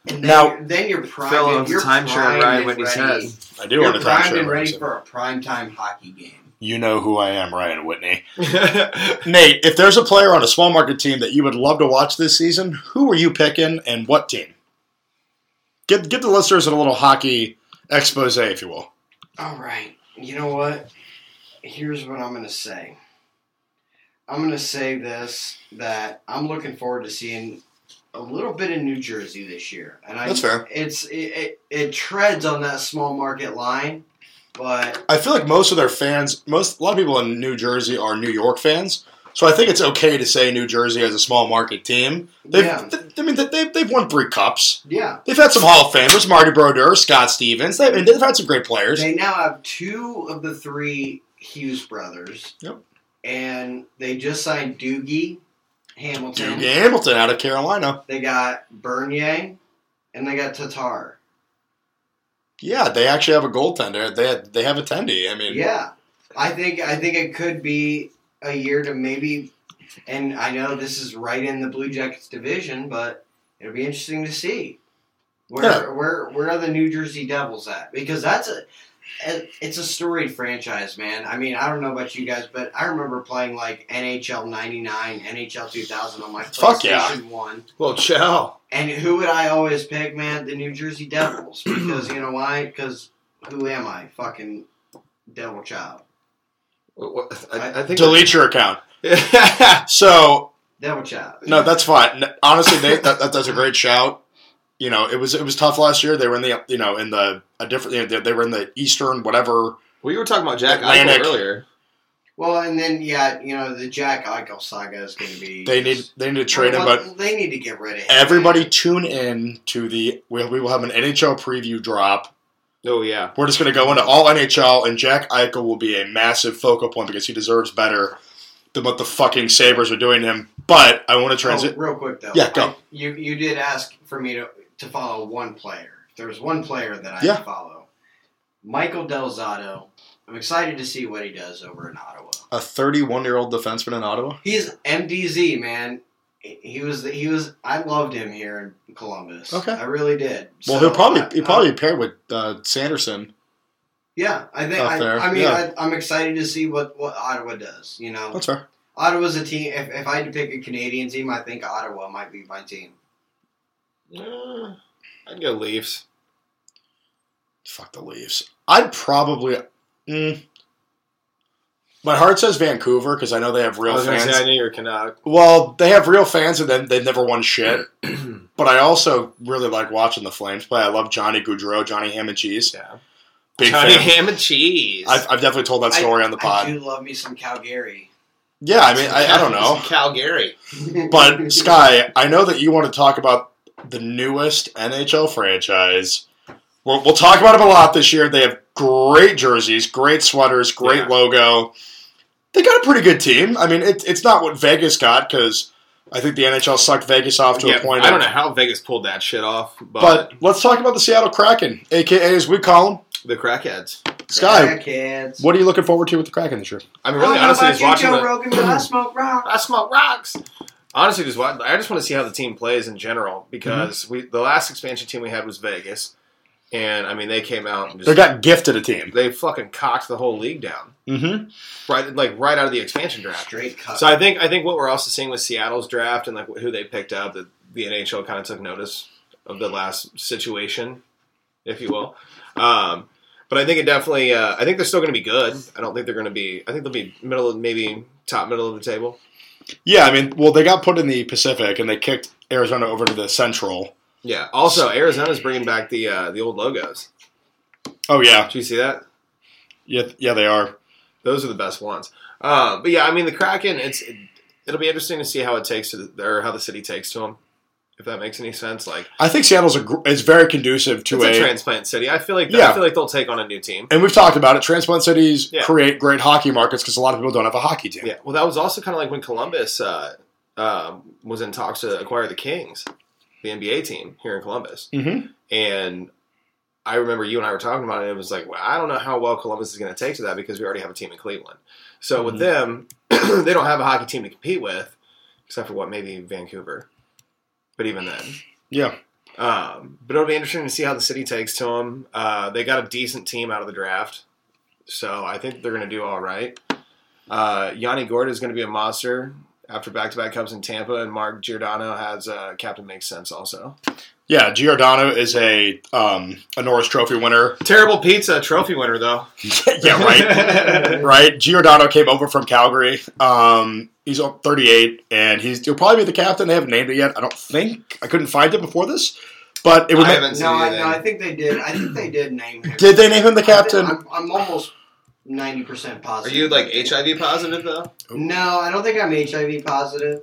Speaker 3: And then
Speaker 2: Now-
Speaker 3: you're, then you're primed.
Speaker 1: Phil owns a
Speaker 3: you're
Speaker 1: timeshare at
Speaker 3: primed
Speaker 1: Ryan
Speaker 3: and
Speaker 1: Whitney's
Speaker 3: ready.
Speaker 1: head.
Speaker 2: I do
Speaker 3: You're
Speaker 2: want to talk
Speaker 3: primed
Speaker 2: to
Speaker 3: and
Speaker 2: you.
Speaker 3: ready for a primetime hockey game.
Speaker 2: You know who I am, Ryan Whitney.
Speaker 1: I
Speaker 2: Nate, if there's a player on a small market team that you would love to watch this season, who are you picking and what team? Give give the listeners a little hockey expose, if you will.
Speaker 3: All right. You know what? Here's what I'm going to say. I'm going to say this that I'm looking forward to seeing a little bit in New Jersey this year. And I,
Speaker 2: That's fair.
Speaker 3: It's it, it, it treads on that small market line, but
Speaker 2: I feel like most of their fans, most a lot of people in New Jersey are New York fans, so I think it's okay to say New Jersey as a small market team. They've,
Speaker 3: Yeah.
Speaker 2: th- I mean, th- they've, they've won three cups.
Speaker 3: yeah,
Speaker 2: They've had some Hall of Famers, Marty Brodeur, Scott Stevens. They, and they've had some great players.
Speaker 3: They now have two of the three Hughes brothers.
Speaker 2: Yep.
Speaker 3: And they just signed Doogie Hamilton.
Speaker 2: Duke Hamilton out of Carolina.
Speaker 3: They got Bernier, and they got Tatar.
Speaker 2: Yeah, they actually have a goaltender. They they have a tendy. I mean,
Speaker 3: Yeah, I think I think it could be a year to maybe. And I know this is right in the Blue Jackets division, but it'll be interesting to see where
Speaker 2: Yeah.
Speaker 3: where where are the New Jersey Devils at because that's a it's a storied franchise, man. I mean, I don't know about you guys, but I remember playing like NHL '99, NHL 2000 on my
Speaker 2: Fuck
Speaker 3: PlayStation
Speaker 2: yeah.
Speaker 3: One.
Speaker 1: well, ciao.
Speaker 3: And who would I always pick, man? The New Jersey Devils, because you know why? Because who am I? Fucking devil child.
Speaker 1: What- what- I, I think
Speaker 2: Delete your account.
Speaker 1: I
Speaker 2: So
Speaker 3: Devil child.
Speaker 2: No, that's fine. N- Honestly, Nate, that, that, that's a great shout. You know, it was it was tough last year. They were in the you know in the a different you know, they, they were in the Eastern whatever.
Speaker 1: well, you were talking about Jack
Speaker 2: Atlantic.
Speaker 1: Eichel earlier.
Speaker 3: Well, and then yeah, you know the Jack Eichel saga is going to be.
Speaker 2: They need they need to trade him,
Speaker 3: Well,
Speaker 2: but
Speaker 3: they need to get rid of him. Oh,
Speaker 2: everybody tune in to the we we will have an NHL preview drop.
Speaker 1: Oh yeah,
Speaker 2: We're just going to go into all NHL, and Jack Eichel will be a massive focal point because he deserves better than what the fucking Sabers are doing to him. But I want to transit.
Speaker 3: Oh, real quick though.
Speaker 2: Yeah, go.
Speaker 3: I- you you did ask for me to to follow one player. There was one player that I
Speaker 2: Yeah.
Speaker 3: follow. Michael Delzato. I'm excited to see what he does over in Ottawa.
Speaker 2: A 31 year old defenseman in Ottawa.
Speaker 3: He's MDZ man. He he was he was I loved him here in Columbus.
Speaker 2: Okay.
Speaker 3: I really did.
Speaker 2: Well,
Speaker 3: So,
Speaker 2: he'll probably
Speaker 3: I-
Speaker 2: he probably paired with uh, Sanderson.
Speaker 3: Yeah, I think
Speaker 2: Up
Speaker 3: I,
Speaker 2: there,
Speaker 3: I mean
Speaker 2: yeah.
Speaker 3: I, I'm excited to see what, what Ottawa does. You know,
Speaker 2: That's fair.
Speaker 3: Ottawa's a team. If, if I had to pick a Canadian team, I think Ottawa might be my team.
Speaker 1: Uh, I'd go Leafs.
Speaker 2: Fuck the Leafs. I'd probably. Mm, my heart says Vancouver because I know they have
Speaker 1: I
Speaker 2: real
Speaker 1: was gonna
Speaker 2: fans.
Speaker 1: say I knew you were Canuck.
Speaker 2: well, they have real fans, and then they've never won shit. but I also really like watching the Flames play. I love Johnny Goudreau, Johnny Ham and Cheese.
Speaker 1: Yeah.
Speaker 2: Big
Speaker 1: Johnny
Speaker 2: fan.
Speaker 1: Ham and Cheese.
Speaker 2: I've, I've definitely told that story on the pod.
Speaker 3: I do love me some Calgary.
Speaker 2: yeah, I mean, I, I don't know.
Speaker 1: Calgary.
Speaker 2: But Sky, I know that you want to talk about the newest NHL franchise. We'll, we'll talk about them a lot this year. They have great jerseys, great sweaters, great
Speaker 1: Yeah.
Speaker 2: logo. They got a pretty good team. I mean, it, it's not what Vegas got because I think the NHL sucked Vegas off to
Speaker 1: Yeah,
Speaker 2: a point.
Speaker 1: I
Speaker 2: of-
Speaker 1: don't know how Vegas pulled that shit off, but,
Speaker 2: But let's talk about the Seattle Kraken, aka as we call
Speaker 1: the crackheads.
Speaker 2: them. Sky,
Speaker 3: Crackheads.
Speaker 2: what are you looking forward to with the Kraken this year?
Speaker 1: I mean,
Speaker 3: Oh,
Speaker 1: really,
Speaker 3: how
Speaker 1: honestly,
Speaker 3: about
Speaker 1: just
Speaker 3: you,
Speaker 1: watching
Speaker 3: Joe
Speaker 1: the,
Speaker 3: Rogan? I smoke rock.
Speaker 1: I smoke rocks. Honestly, just wa- I just want to see how the team plays in general because
Speaker 2: Mm-hmm.
Speaker 1: we the last expansion team we had was Vegas, and I mean they came out and
Speaker 2: They
Speaker 1: just,
Speaker 2: got gifted a team.
Speaker 1: they fucking cocked the whole league down
Speaker 2: Mm-hmm.
Speaker 1: right like right out of the expansion draft.
Speaker 3: Straight cut.
Speaker 1: So I think I think what we're also seeing with Seattle's draft and like who they picked up that the NHL kind of took notice of the last situation, if you will. Um, but I think it definitely uh, I think they're still going to be good. I don't think they're going to be I think they'll be middle of maybe top middle of the table.
Speaker 2: Yeah, I mean, well, they got put in the Pacific and they kicked Arizona over to the Central.
Speaker 1: Yeah. Also, Arizona's bringing back the uh, the old logos.
Speaker 2: Oh yeah,
Speaker 1: Did you see that?
Speaker 2: Yeah, yeah, they are.
Speaker 1: Those are the best ones. Uh, but yeah, I mean the Kraken. It's it, it'll be interesting to see how it takes to the, or how the city takes to them. If that makes any sense, like
Speaker 2: I think Seattle's a gr- is very conducive to
Speaker 1: it's
Speaker 2: a,
Speaker 1: a transplant city. I feel like
Speaker 2: Yeah.
Speaker 1: I feel like they'll take on a new team.
Speaker 2: and we've talked about it. Transplant cities
Speaker 1: Yeah.
Speaker 2: create great hockey markets because a lot of people don't have a hockey team.
Speaker 1: Yeah. Well, that was also kind of like when Columbus uh, um was in talks to acquire the Kings, the NBA team here in Columbus.
Speaker 2: Mm-hmm.
Speaker 1: And I remember you and I were talking about it. And it was like, well, I don't know how well Columbus is going to take to that because we already have a team in Cleveland. So
Speaker 2: Mhm.
Speaker 1: with them, they don't have a hockey team to compete with, except for what maybe Vancouver. But even then,
Speaker 2: Yeah.
Speaker 1: Um, but it'll be interesting to see how the city takes to them. Uh, they got a decent team out of the draft, so I think they're going to do all right. Uh, Yanni Gord is going to be a monster after back-to-back comes in Tampa, and Mark Giordano has uh, captain makes sense also.
Speaker 2: Yeah, Giordano is a um, a Norris Trophy winner.
Speaker 1: Terrible pizza trophy winner though.
Speaker 2: yeah, right, right. Giordano came over from Calgary. Um, he's o- 38, and he's he'll probably be the captain. They haven't named it yet. I don't think I couldn't find it before this, but it would.
Speaker 1: I
Speaker 2: ma-
Speaker 1: haven't seen
Speaker 3: no, I,
Speaker 1: anything.
Speaker 3: no, I think they did. I think they did name him.
Speaker 2: did they name him the captain?
Speaker 3: I'm, I'm almost ninety percent
Speaker 1: Are
Speaker 3: positive.
Speaker 1: you like HIV positive though?
Speaker 3: No, I don't think I'm HIV positive.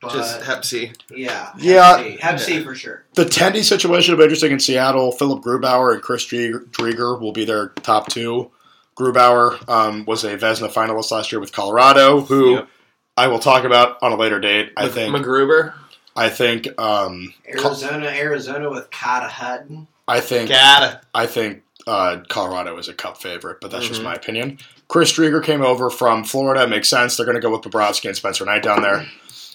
Speaker 3: But
Speaker 1: Just Hep C.
Speaker 3: yeah, Hep
Speaker 2: Yeah.
Speaker 3: C. Hep C for sure.
Speaker 2: The Tendy situation will be interesting in Seattle. Philip Grubauer and Chris Drie- Drieger will be their top two. Grubauer um, was a Vesna finalist last year with Colorado, who
Speaker 1: Yep.
Speaker 2: I will talk about on a later date. I
Speaker 1: Mc-
Speaker 2: think.
Speaker 1: McGruber.
Speaker 2: I think. Um, Col-
Speaker 3: Arizona, Arizona with Kata Hutton.
Speaker 2: I think.
Speaker 1: Gotta.
Speaker 2: I think uh, Colorado is a cup favorite, but that's just
Speaker 1: Mhm.
Speaker 2: my opinion. Chris Drieger came over from Florida. Makes sense. They're going to go with Bobrovsky and Spencer Knight down there.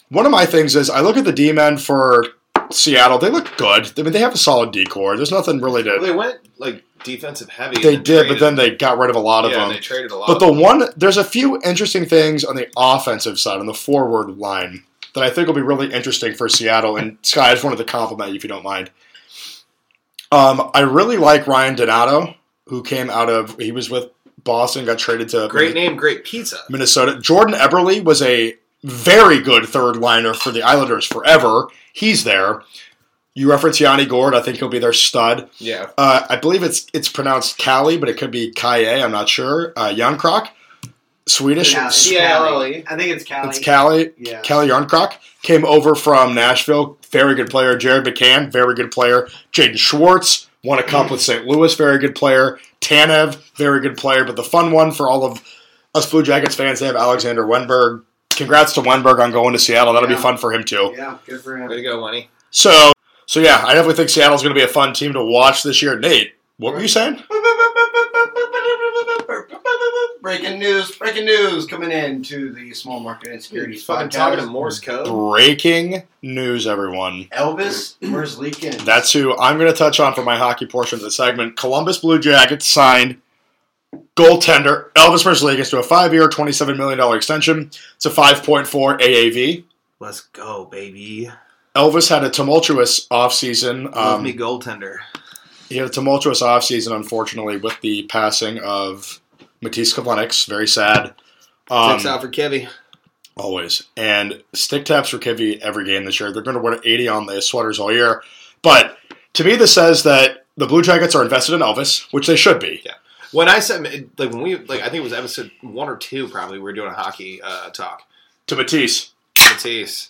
Speaker 2: One of my things is I look at the D men for Seattle. They look good. I mean, they have a solid decor. There's nothing really to.
Speaker 1: Well, they went like defensive heavy. and
Speaker 2: They did, but
Speaker 1: traded-
Speaker 2: then they got rid of a lot of
Speaker 1: yeah,
Speaker 2: them.
Speaker 1: they traded a lot.
Speaker 2: But
Speaker 1: of
Speaker 2: the
Speaker 1: them.
Speaker 2: one, there's a few interesting things on the offensive side, on the forward line, that I think will be really interesting for Seattle. And Sky, I just wanted to compliment you if you don't mind. Um, I really like Ryan Donato who came out of he was with Boston, got traded to
Speaker 1: Great name, great pizza.
Speaker 2: Minnesota. Jordan Eberle was a very good third liner for the Islanders forever. He's there. You reference Yanni Gord. I think he'll be their stud.
Speaker 1: Yeah.
Speaker 2: Uh, I believe it's it's pronounced Cali, but it could be Kaye. I'm not sure. Uh, Jankrok, Swedish.
Speaker 3: Yeah, it's
Speaker 2: S-
Speaker 1: CLE.
Speaker 3: Cali. I think it's Cali.
Speaker 2: It's Cali.
Speaker 3: Yeah.
Speaker 2: Cali Yarncrock came over from Nashville. Very good player. Jared McCann, very good player. Jaden Schwartz won a cup with St. Louis. Very good player. Tanev, very good player. But the fun one for all of us Blue Jackets fans, they have Alexander Wenberg. Congrats to Wenberg on going to Seattle. That'll be
Speaker 3: Yeah.
Speaker 2: fun for him too.
Speaker 3: Yeah, good for
Speaker 1: Way
Speaker 3: him.
Speaker 1: to go, Lenny.
Speaker 2: So, so yeah, I definitely think Seattle's going to be a fun team to watch this year. Nate, what were you saying?
Speaker 3: Breaking news! Breaking news coming in to the small market
Speaker 1: You're
Speaker 3: insecurities
Speaker 1: fucking talking to
Speaker 3: podcast.
Speaker 1: Morse code.
Speaker 2: Breaking news, everyone.
Speaker 3: Elvis, where's Leakin?
Speaker 2: That's who I'm going to touch on for my hockey portion of the segment. Columbus Blue Jackets signed goaltender Elvis Merzlikins to a five-year, $27 million extension. It's a 5.4 AAV.
Speaker 1: Let's go, baby.
Speaker 2: Elvis had a tumultuous offseason.
Speaker 1: Love
Speaker 2: Um,
Speaker 1: me goaltender.
Speaker 2: he had a tumultuous offseason, unfortunately, with the passing of Matisse Kovanec. Very sad. Um,
Speaker 1: Six out for Kevy.
Speaker 2: Always. And stick taps for Kivy every game this year. They're going to wear 80 on the sweaters all year. But to me, this says that the Blue Jackets are invested in Elvis, which they should be.
Speaker 1: When I said like when we like I think it was episode one or two probably we were doing a hockey uh, talk.
Speaker 2: To Matisse.
Speaker 1: Matisse.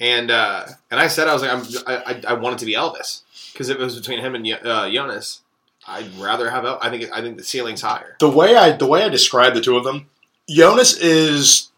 Speaker 1: And uh, and I said I was like I'm, I I- I wanted to be Elvis because if it was between him and Yo- uh, Jonas, I'd rather have El- I think I think the ceiling's higher.
Speaker 2: The way I the way I describe the two of them, Jonas is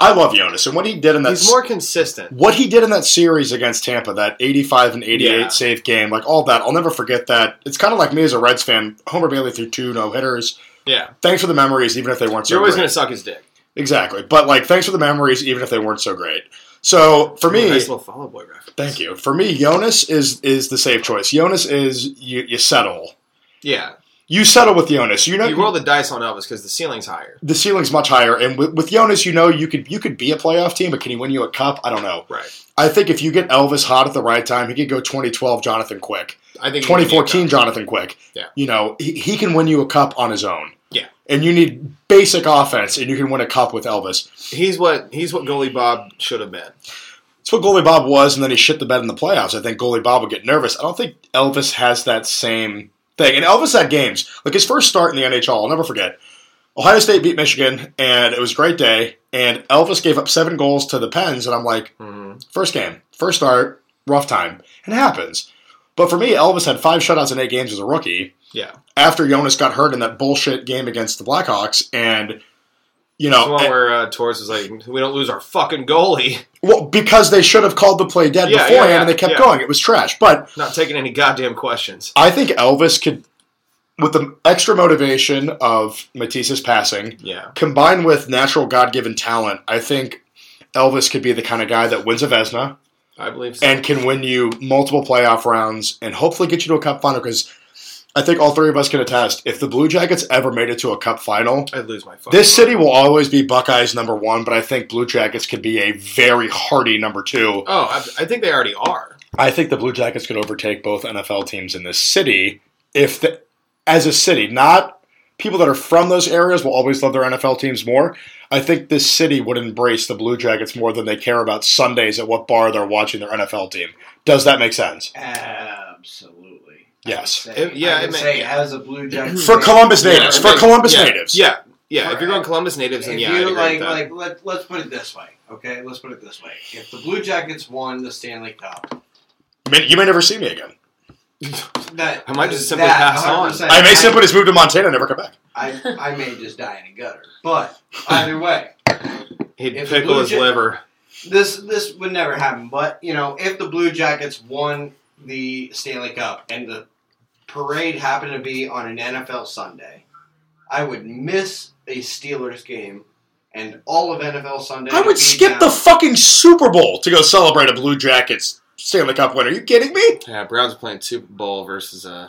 Speaker 2: I love Jonas. And what he did in that
Speaker 1: He's more consistent.
Speaker 2: what he did in that series against Tampa, that 85 and 88
Speaker 1: Yeah.
Speaker 2: save game, like all that, I'll never forget that. It's kind of like me as a Reds fan. Homer Bailey threw two no hitters.
Speaker 1: Yeah,
Speaker 2: Thanks for the memories, even if they weren't so
Speaker 1: you're always
Speaker 2: great.
Speaker 1: gonna suck his dick.
Speaker 2: Exactly. But like thanks for the memories, even if they weren't so great. So for me,
Speaker 1: nice little Follow Boy reference.
Speaker 2: thank you. For me, Jonas is is the safe choice. Jonas is you, you settle.
Speaker 1: Yeah,
Speaker 2: You settle with Jonas. You know
Speaker 1: you roll the dice on Elvis because the ceiling's higher.
Speaker 2: the ceiling's much higher, and with, with Jonas, you know you could you could be a playoff team, but can he win you a cup? I don't know.
Speaker 1: Right.
Speaker 2: I think if you get Elvis hot at the right time, he could go 2012 Jonathan Quick,
Speaker 1: I think
Speaker 2: 2014 Jonathan Quick.
Speaker 1: Yeah.
Speaker 2: You know he, he can win you a cup on his own.
Speaker 1: Yeah.
Speaker 2: And you need basic offense, and you can win a cup with Elvis.
Speaker 1: He's what he's what goalie Bob should have been.
Speaker 2: It's what goalie Bob was, and then he shit the bed in the playoffs. I think goalie Bob would get nervous. I don't think Elvis has that same thing. And Elvis had games like his first start in the NHL. I'll never forget. Ohio State beat Michigan, and it was a great day. And Elvis gave up seven goals to the Pens, and I'm like,
Speaker 1: Mm-hmm.
Speaker 2: first game, first start, rough time. And it happens. But for me, Elvis had five shutouts in eight games as a rookie
Speaker 1: Yeah,
Speaker 2: after Jonas got hurt in that bullshit game against the Blackhawks. And, you know, eh,
Speaker 1: the one where uh, Torres was like, "We don't lose our fucking goalie."
Speaker 2: Well, because they should have called the play dead
Speaker 1: Yeah,
Speaker 2: beforehand
Speaker 1: yeah, yeah,
Speaker 2: and they kept
Speaker 1: yeah.
Speaker 2: going. It was trash. But
Speaker 1: Not taking any goddamn questions.
Speaker 2: I think Elvis could, with the extra motivation of Matisse's passing,
Speaker 1: Yeah,
Speaker 2: combined with natural God given talent, I think Elvis could be the kind of guy that wins a Vesna
Speaker 1: I believe so.
Speaker 2: and can win you multiple playoff rounds and hopefully get you to a cup final because I think all three of us can attest if the Blue Jackets ever made it to a cup final,
Speaker 1: I'd lose my fucking.
Speaker 2: this
Speaker 1: mind.
Speaker 2: city will always be Buckeyes number one, but I think Blue Jackets could be a very hearty number two.
Speaker 1: Oh, I, I think they already are.
Speaker 2: I think the Blue Jackets could overtake both NFL teams in this city if, the, as a city, not people that are from those areas will always love their NFL teams more. I think this city would embrace the Blue Jackets more than they care about Sundays at what bar they're watching their NFL team. Does that make sense?
Speaker 3: Absolutely. I
Speaker 2: Yes.
Speaker 3: would say-
Speaker 1: It- yeah,
Speaker 3: I
Speaker 1: it
Speaker 3: would
Speaker 1: may-
Speaker 3: say as a Blue Jackets
Speaker 2: For
Speaker 3: fan,
Speaker 2: Columbus
Speaker 3: yeah,
Speaker 2: natives,
Speaker 3: I
Speaker 2: for
Speaker 3: mean,
Speaker 2: Columbus
Speaker 1: yeah,
Speaker 2: natives.
Speaker 1: Yeah, yeah. If you're going Columbus natives, then
Speaker 3: If
Speaker 1: yeah, I'd
Speaker 3: you
Speaker 1: agree
Speaker 3: like,
Speaker 1: with that.
Speaker 3: like, let, let's put it this way, okay? Let's put it this way. If the Blue Jackets won the Stanley Cup,
Speaker 2: You may- You may never see me again.
Speaker 3: that
Speaker 1: I might just simply
Speaker 3: that
Speaker 1: pass on.
Speaker 3: 100%
Speaker 2: I may simply just move to Montana and never come back.
Speaker 3: I, I may just die in a gutter. But either way,
Speaker 1: He'd
Speaker 3: If the
Speaker 1: pickle
Speaker 3: Blue
Speaker 1: his
Speaker 3: Ja-
Speaker 1: liver.
Speaker 3: this this would never happen. But you know, if the Blue Jackets won the Stanley Cup and the parade happened to be on an NFL Sunday, I would miss a Steelers game and all of NFL Sunday.
Speaker 2: I
Speaker 3: would
Speaker 2: would
Speaker 3: be
Speaker 2: skip
Speaker 3: down.
Speaker 2: the fucking Super Bowl to go celebrate a Blue Jackets Stanley Cup winner. Are you kidding me?
Speaker 1: Yeah, Browns playing Super Bowl versus uh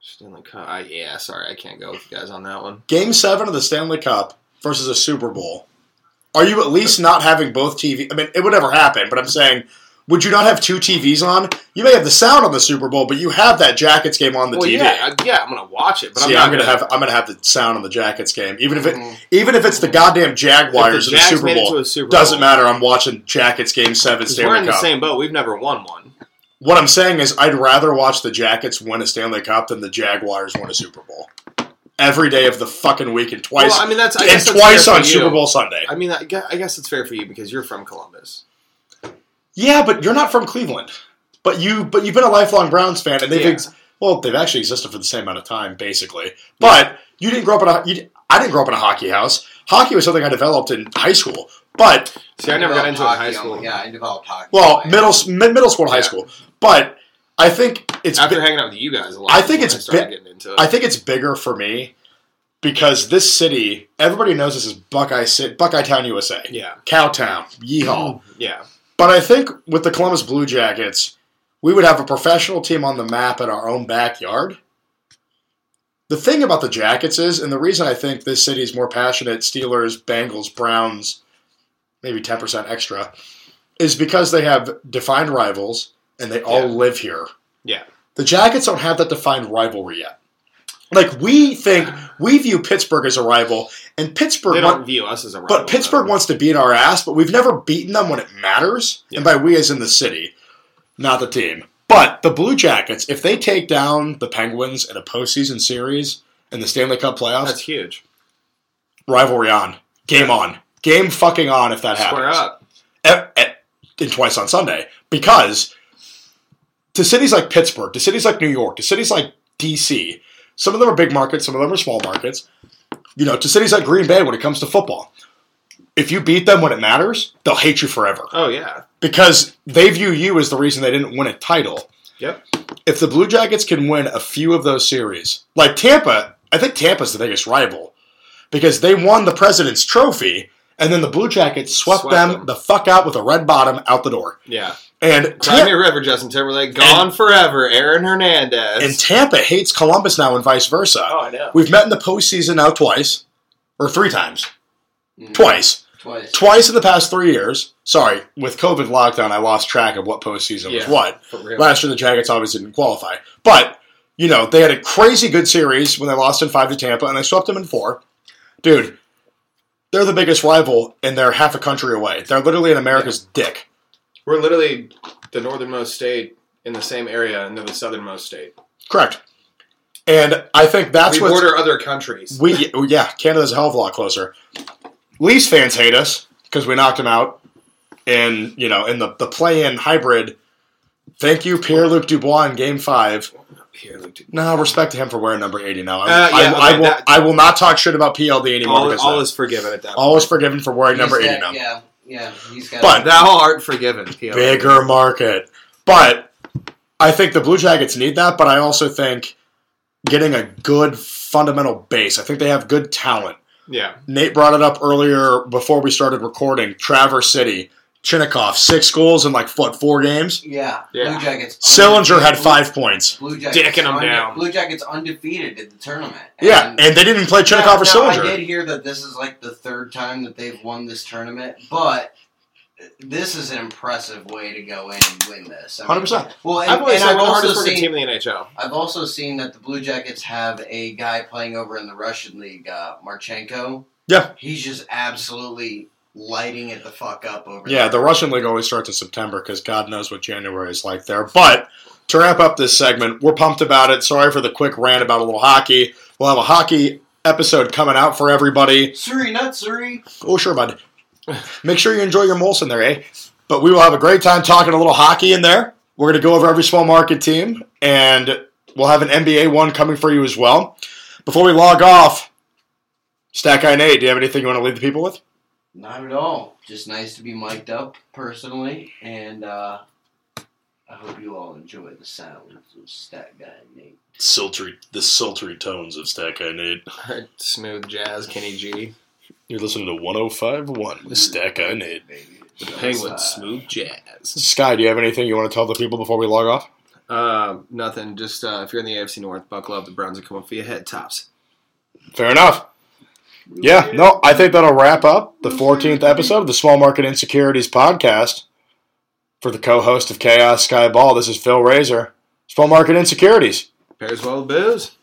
Speaker 1: Stanley Cup. I, yeah, sorry, I can't go with you guys on that one.
Speaker 2: Game seven of the Stanley Cup versus a Super Bowl. Are you at least not having both TV? I mean, it would never happen, but I'm saying, Would you not have two TVs on? You may have the sound on the Super Bowl, but you have that Jackets game on the
Speaker 4: well,
Speaker 2: TV.
Speaker 4: yeah, I, yeah, I'm gonna watch it, but
Speaker 2: See,
Speaker 4: I'm not
Speaker 2: I'm gonna
Speaker 4: gonna, Mm-hmm.
Speaker 2: have I'm gonna have the sound on the Jackets game, even if it
Speaker 3: Mhm.
Speaker 2: even if it's the goddamn Jaguars
Speaker 4: If
Speaker 2: in the
Speaker 4: Jags
Speaker 2: Super
Speaker 4: made it
Speaker 2: Bowl.
Speaker 4: to a Super
Speaker 2: Doesn't
Speaker 4: Bowl,
Speaker 2: matter. I'm watching Jackets game seven
Speaker 4: 'cause We're in
Speaker 2: Stanley
Speaker 4: the
Speaker 2: Cup.
Speaker 4: same boat. We've never won one.
Speaker 2: What I'm saying is, I'd rather watch the Jackets win a Stanley Cup than the Jaguars win a Super Bowl every day of the fucking week and twice
Speaker 4: Well, I mean, that's I
Speaker 2: and
Speaker 4: guess that's
Speaker 2: twice
Speaker 4: fair
Speaker 2: on
Speaker 4: for
Speaker 2: Super
Speaker 4: you.
Speaker 2: Bowl Sunday.
Speaker 4: I mean, I guess, I guess it's fair for you because you're from Columbus.
Speaker 2: Yeah, but you're not from Cleveland, but you but you've been a lifelong Browns fan, and they've
Speaker 4: Yeah.
Speaker 2: ex- well they've actually existed for the same amount of time basically. But you didn't grow up in a you, di- I didn't grow up in a hockey house. Hockey was something I developed in high school, but
Speaker 4: See, I never got into it in
Speaker 3: Developed
Speaker 4: high
Speaker 3: hockey on-
Speaker 4: school.
Speaker 3: yeah, I developed hockey.
Speaker 2: well
Speaker 3: on my-
Speaker 2: middle s- mid, middle school and high
Speaker 4: Yeah.
Speaker 2: school. But I think it's
Speaker 4: After
Speaker 2: bi-
Speaker 4: hanging out with you guys a lot,
Speaker 2: I think
Speaker 4: is when
Speaker 2: it's
Speaker 4: I started
Speaker 2: bi-
Speaker 4: getting into it.
Speaker 2: I think it's bigger for me because this city everybody knows this is Buckeye City, Buckeye Town, USA,
Speaker 4: yeah, Mm.
Speaker 2: Cowtown, Yeehaw.
Speaker 4: yeah,
Speaker 2: But I think with the Columbus Blue Jackets, we would have a professional team on the map in our own backyard. The thing about the Jackets is, and the reason I think this city is more passionate Steelers, Bengals, Browns, maybe 10% extra, is because they have defined rivals and they all
Speaker 4: Yeah.
Speaker 2: live here.
Speaker 4: Yeah.
Speaker 2: The Jackets don't have that defined rivalry yet. Like, we think, we view Pittsburgh as a rival, and Pittsburgh.
Speaker 4: they
Speaker 2: want-
Speaker 4: don't view us as a rival.
Speaker 2: but Pittsburgh
Speaker 4: though.
Speaker 2: wants to beat our ass, but we've never beaten them when it matters. And by we as in the city, not the team. But the Blue Jackets, if they take down the Penguins in a postseason series in the Stanley Cup playoffs,
Speaker 4: That's huge.
Speaker 2: rivalry on. Game on. Game fucking on if that
Speaker 4: Square
Speaker 2: happens.
Speaker 4: up.
Speaker 2: Square up. And twice on Sunday. Because to cities like Pittsburgh, to cities like New York, to cities like D.C., some of them are big markets, some of them are small markets. You know, to cities like Green Bay when it comes to football. If you beat them when it matters, they'll hate you forever
Speaker 4: Oh yeah,
Speaker 2: because they view you as the reason they didn't win a title.
Speaker 4: Yep.
Speaker 2: If the Blue Jackets can win a few of those series, like Tampa, I think Tampa's the biggest rival because they won the President's Trophy, and then the Blue Jackets swept,
Speaker 4: Swept
Speaker 2: them,
Speaker 4: them.
Speaker 2: the fuck out with a red bottom out the door.
Speaker 4: yeah.
Speaker 2: And,
Speaker 4: Cry
Speaker 2: Tam-
Speaker 4: me a river, Justin Timberlake. Gone forever. Aaron Hernandez.
Speaker 2: and Tampa hates Columbus now, and vice versa.
Speaker 4: oh, I know.
Speaker 2: We've met in the postseason now twice, or three times,
Speaker 3: Mm,
Speaker 2: twice.
Speaker 3: Twice.
Speaker 2: Twice in the past three years. Sorry, with COVID lockdown, I lost track of what postseason was
Speaker 4: Yeah.
Speaker 2: what.
Speaker 4: For real.
Speaker 2: Last year, the Jackets obviously didn't qualify. But, you know, they had a crazy good series when they lost in five to Tampa and they swept them in four. Dude, they're the biggest rival and they're half a country away. They're literally in America's dick.
Speaker 4: We're literally the northernmost state in the same area, and they're the southernmost state.
Speaker 2: Correct. And I think that's
Speaker 4: we
Speaker 2: what.
Speaker 4: border other countries.
Speaker 2: We oh, yeah, Canada's a hell of a lot closer. Leafs fans hate us because we knocked them out in you know in the the play in hybrid. Thank you, Pierre Luc Dubois in Game Five.
Speaker 4: Here, look, dude.
Speaker 2: No respect to him for wearing number eighty now. I,
Speaker 4: Uh, yeah,
Speaker 2: I- I
Speaker 4: okay,
Speaker 2: will
Speaker 4: that-
Speaker 2: I will not talk shit about PLD anymore
Speaker 4: all,
Speaker 2: because
Speaker 4: all
Speaker 2: of that.
Speaker 4: is forgiven at that.
Speaker 2: always forgiven for wearing
Speaker 3: He's
Speaker 2: number eighty now.
Speaker 3: got- Yeah, yeah, he's got.
Speaker 2: But-
Speaker 4: Thou art forgiven. PLD.
Speaker 2: Bigger market, but I think the Blue Jackets need that. But I also think getting a good fundamental base. I think they have good talent.
Speaker 4: Yeah.
Speaker 2: Nate brought it up earlier before we started recording. Traverse City, Chinnikov, six goals in like what four games.
Speaker 3: yeah,
Speaker 4: Oh, Yeah.
Speaker 3: Blue Jackets.
Speaker 2: Sillinger had
Speaker 3: undefeated.
Speaker 2: five points.
Speaker 3: Blue Jackets
Speaker 4: Dicking 'em
Speaker 3: unde-
Speaker 4: down.
Speaker 3: Blue Jackets undefeated at the tournament.
Speaker 2: Yeah, and they didn't even play Chinnikov or
Speaker 3: Now, now, I
Speaker 2: Sillinger.
Speaker 3: did hear that this is like the third time that they've won this tournament, but this is an impressive way to go in and win this. I mean,
Speaker 2: 100%.
Speaker 3: Well, and,
Speaker 4: I've always
Speaker 3: and
Speaker 4: said
Speaker 3: I've
Speaker 4: we're the
Speaker 3: also
Speaker 4: hardest working
Speaker 3: seen
Speaker 4: team in the NHL.
Speaker 3: I've also seen that the Blue Jackets have a guy playing over in the Russian league, uh, Marchenko.
Speaker 2: Yeah.
Speaker 3: he's just absolutely lighting it the fuck up over
Speaker 2: Yeah, the
Speaker 3: there.
Speaker 2: Russian league always starts in September because God knows what January is like there. But to wrap up this segment, we're pumped about it. Sorry for the quick rant about a little hockey. We'll have a hockey episode coming out for everybody.
Speaker 3: Suri, not Suri.
Speaker 2: Oh, sure, bud. Make sure you enjoy your Molson there, eh? But we will have a great time talking a little hockey in there. We're going to go over every small market team, and we'll have an NBA one coming for you as well. Before we log off, Stack Eye Nate, do you have anything you want to leave the people with?
Speaker 3: Not at all. Just nice to be mic'd up personally, and uh, I hope you all enjoy the sounds of Stat Guy Nate.
Speaker 2: Sultry, the sultry tones of Stack Eye Nate.
Speaker 4: Smooth jazz, Kenny G.
Speaker 2: You're listening to 105.1 with Stack Eye Nate.
Speaker 4: The Penguins, smooth jazz.
Speaker 2: Sky, do you have anything you want to tell the people before we log off?
Speaker 4: Uh, nothing. Just uh, if you're in the AFC North, buckle up. The Browns are coming for your head tops.
Speaker 2: Fair enough. Yeah, no, I think that'll wrap up the 14th episode of the Small Market Insecurities Podcast. For the co-host of Chaos Sky Ball, this is Phil Razor. It's Ball Market Insecurities.
Speaker 1: Pairs well with booze.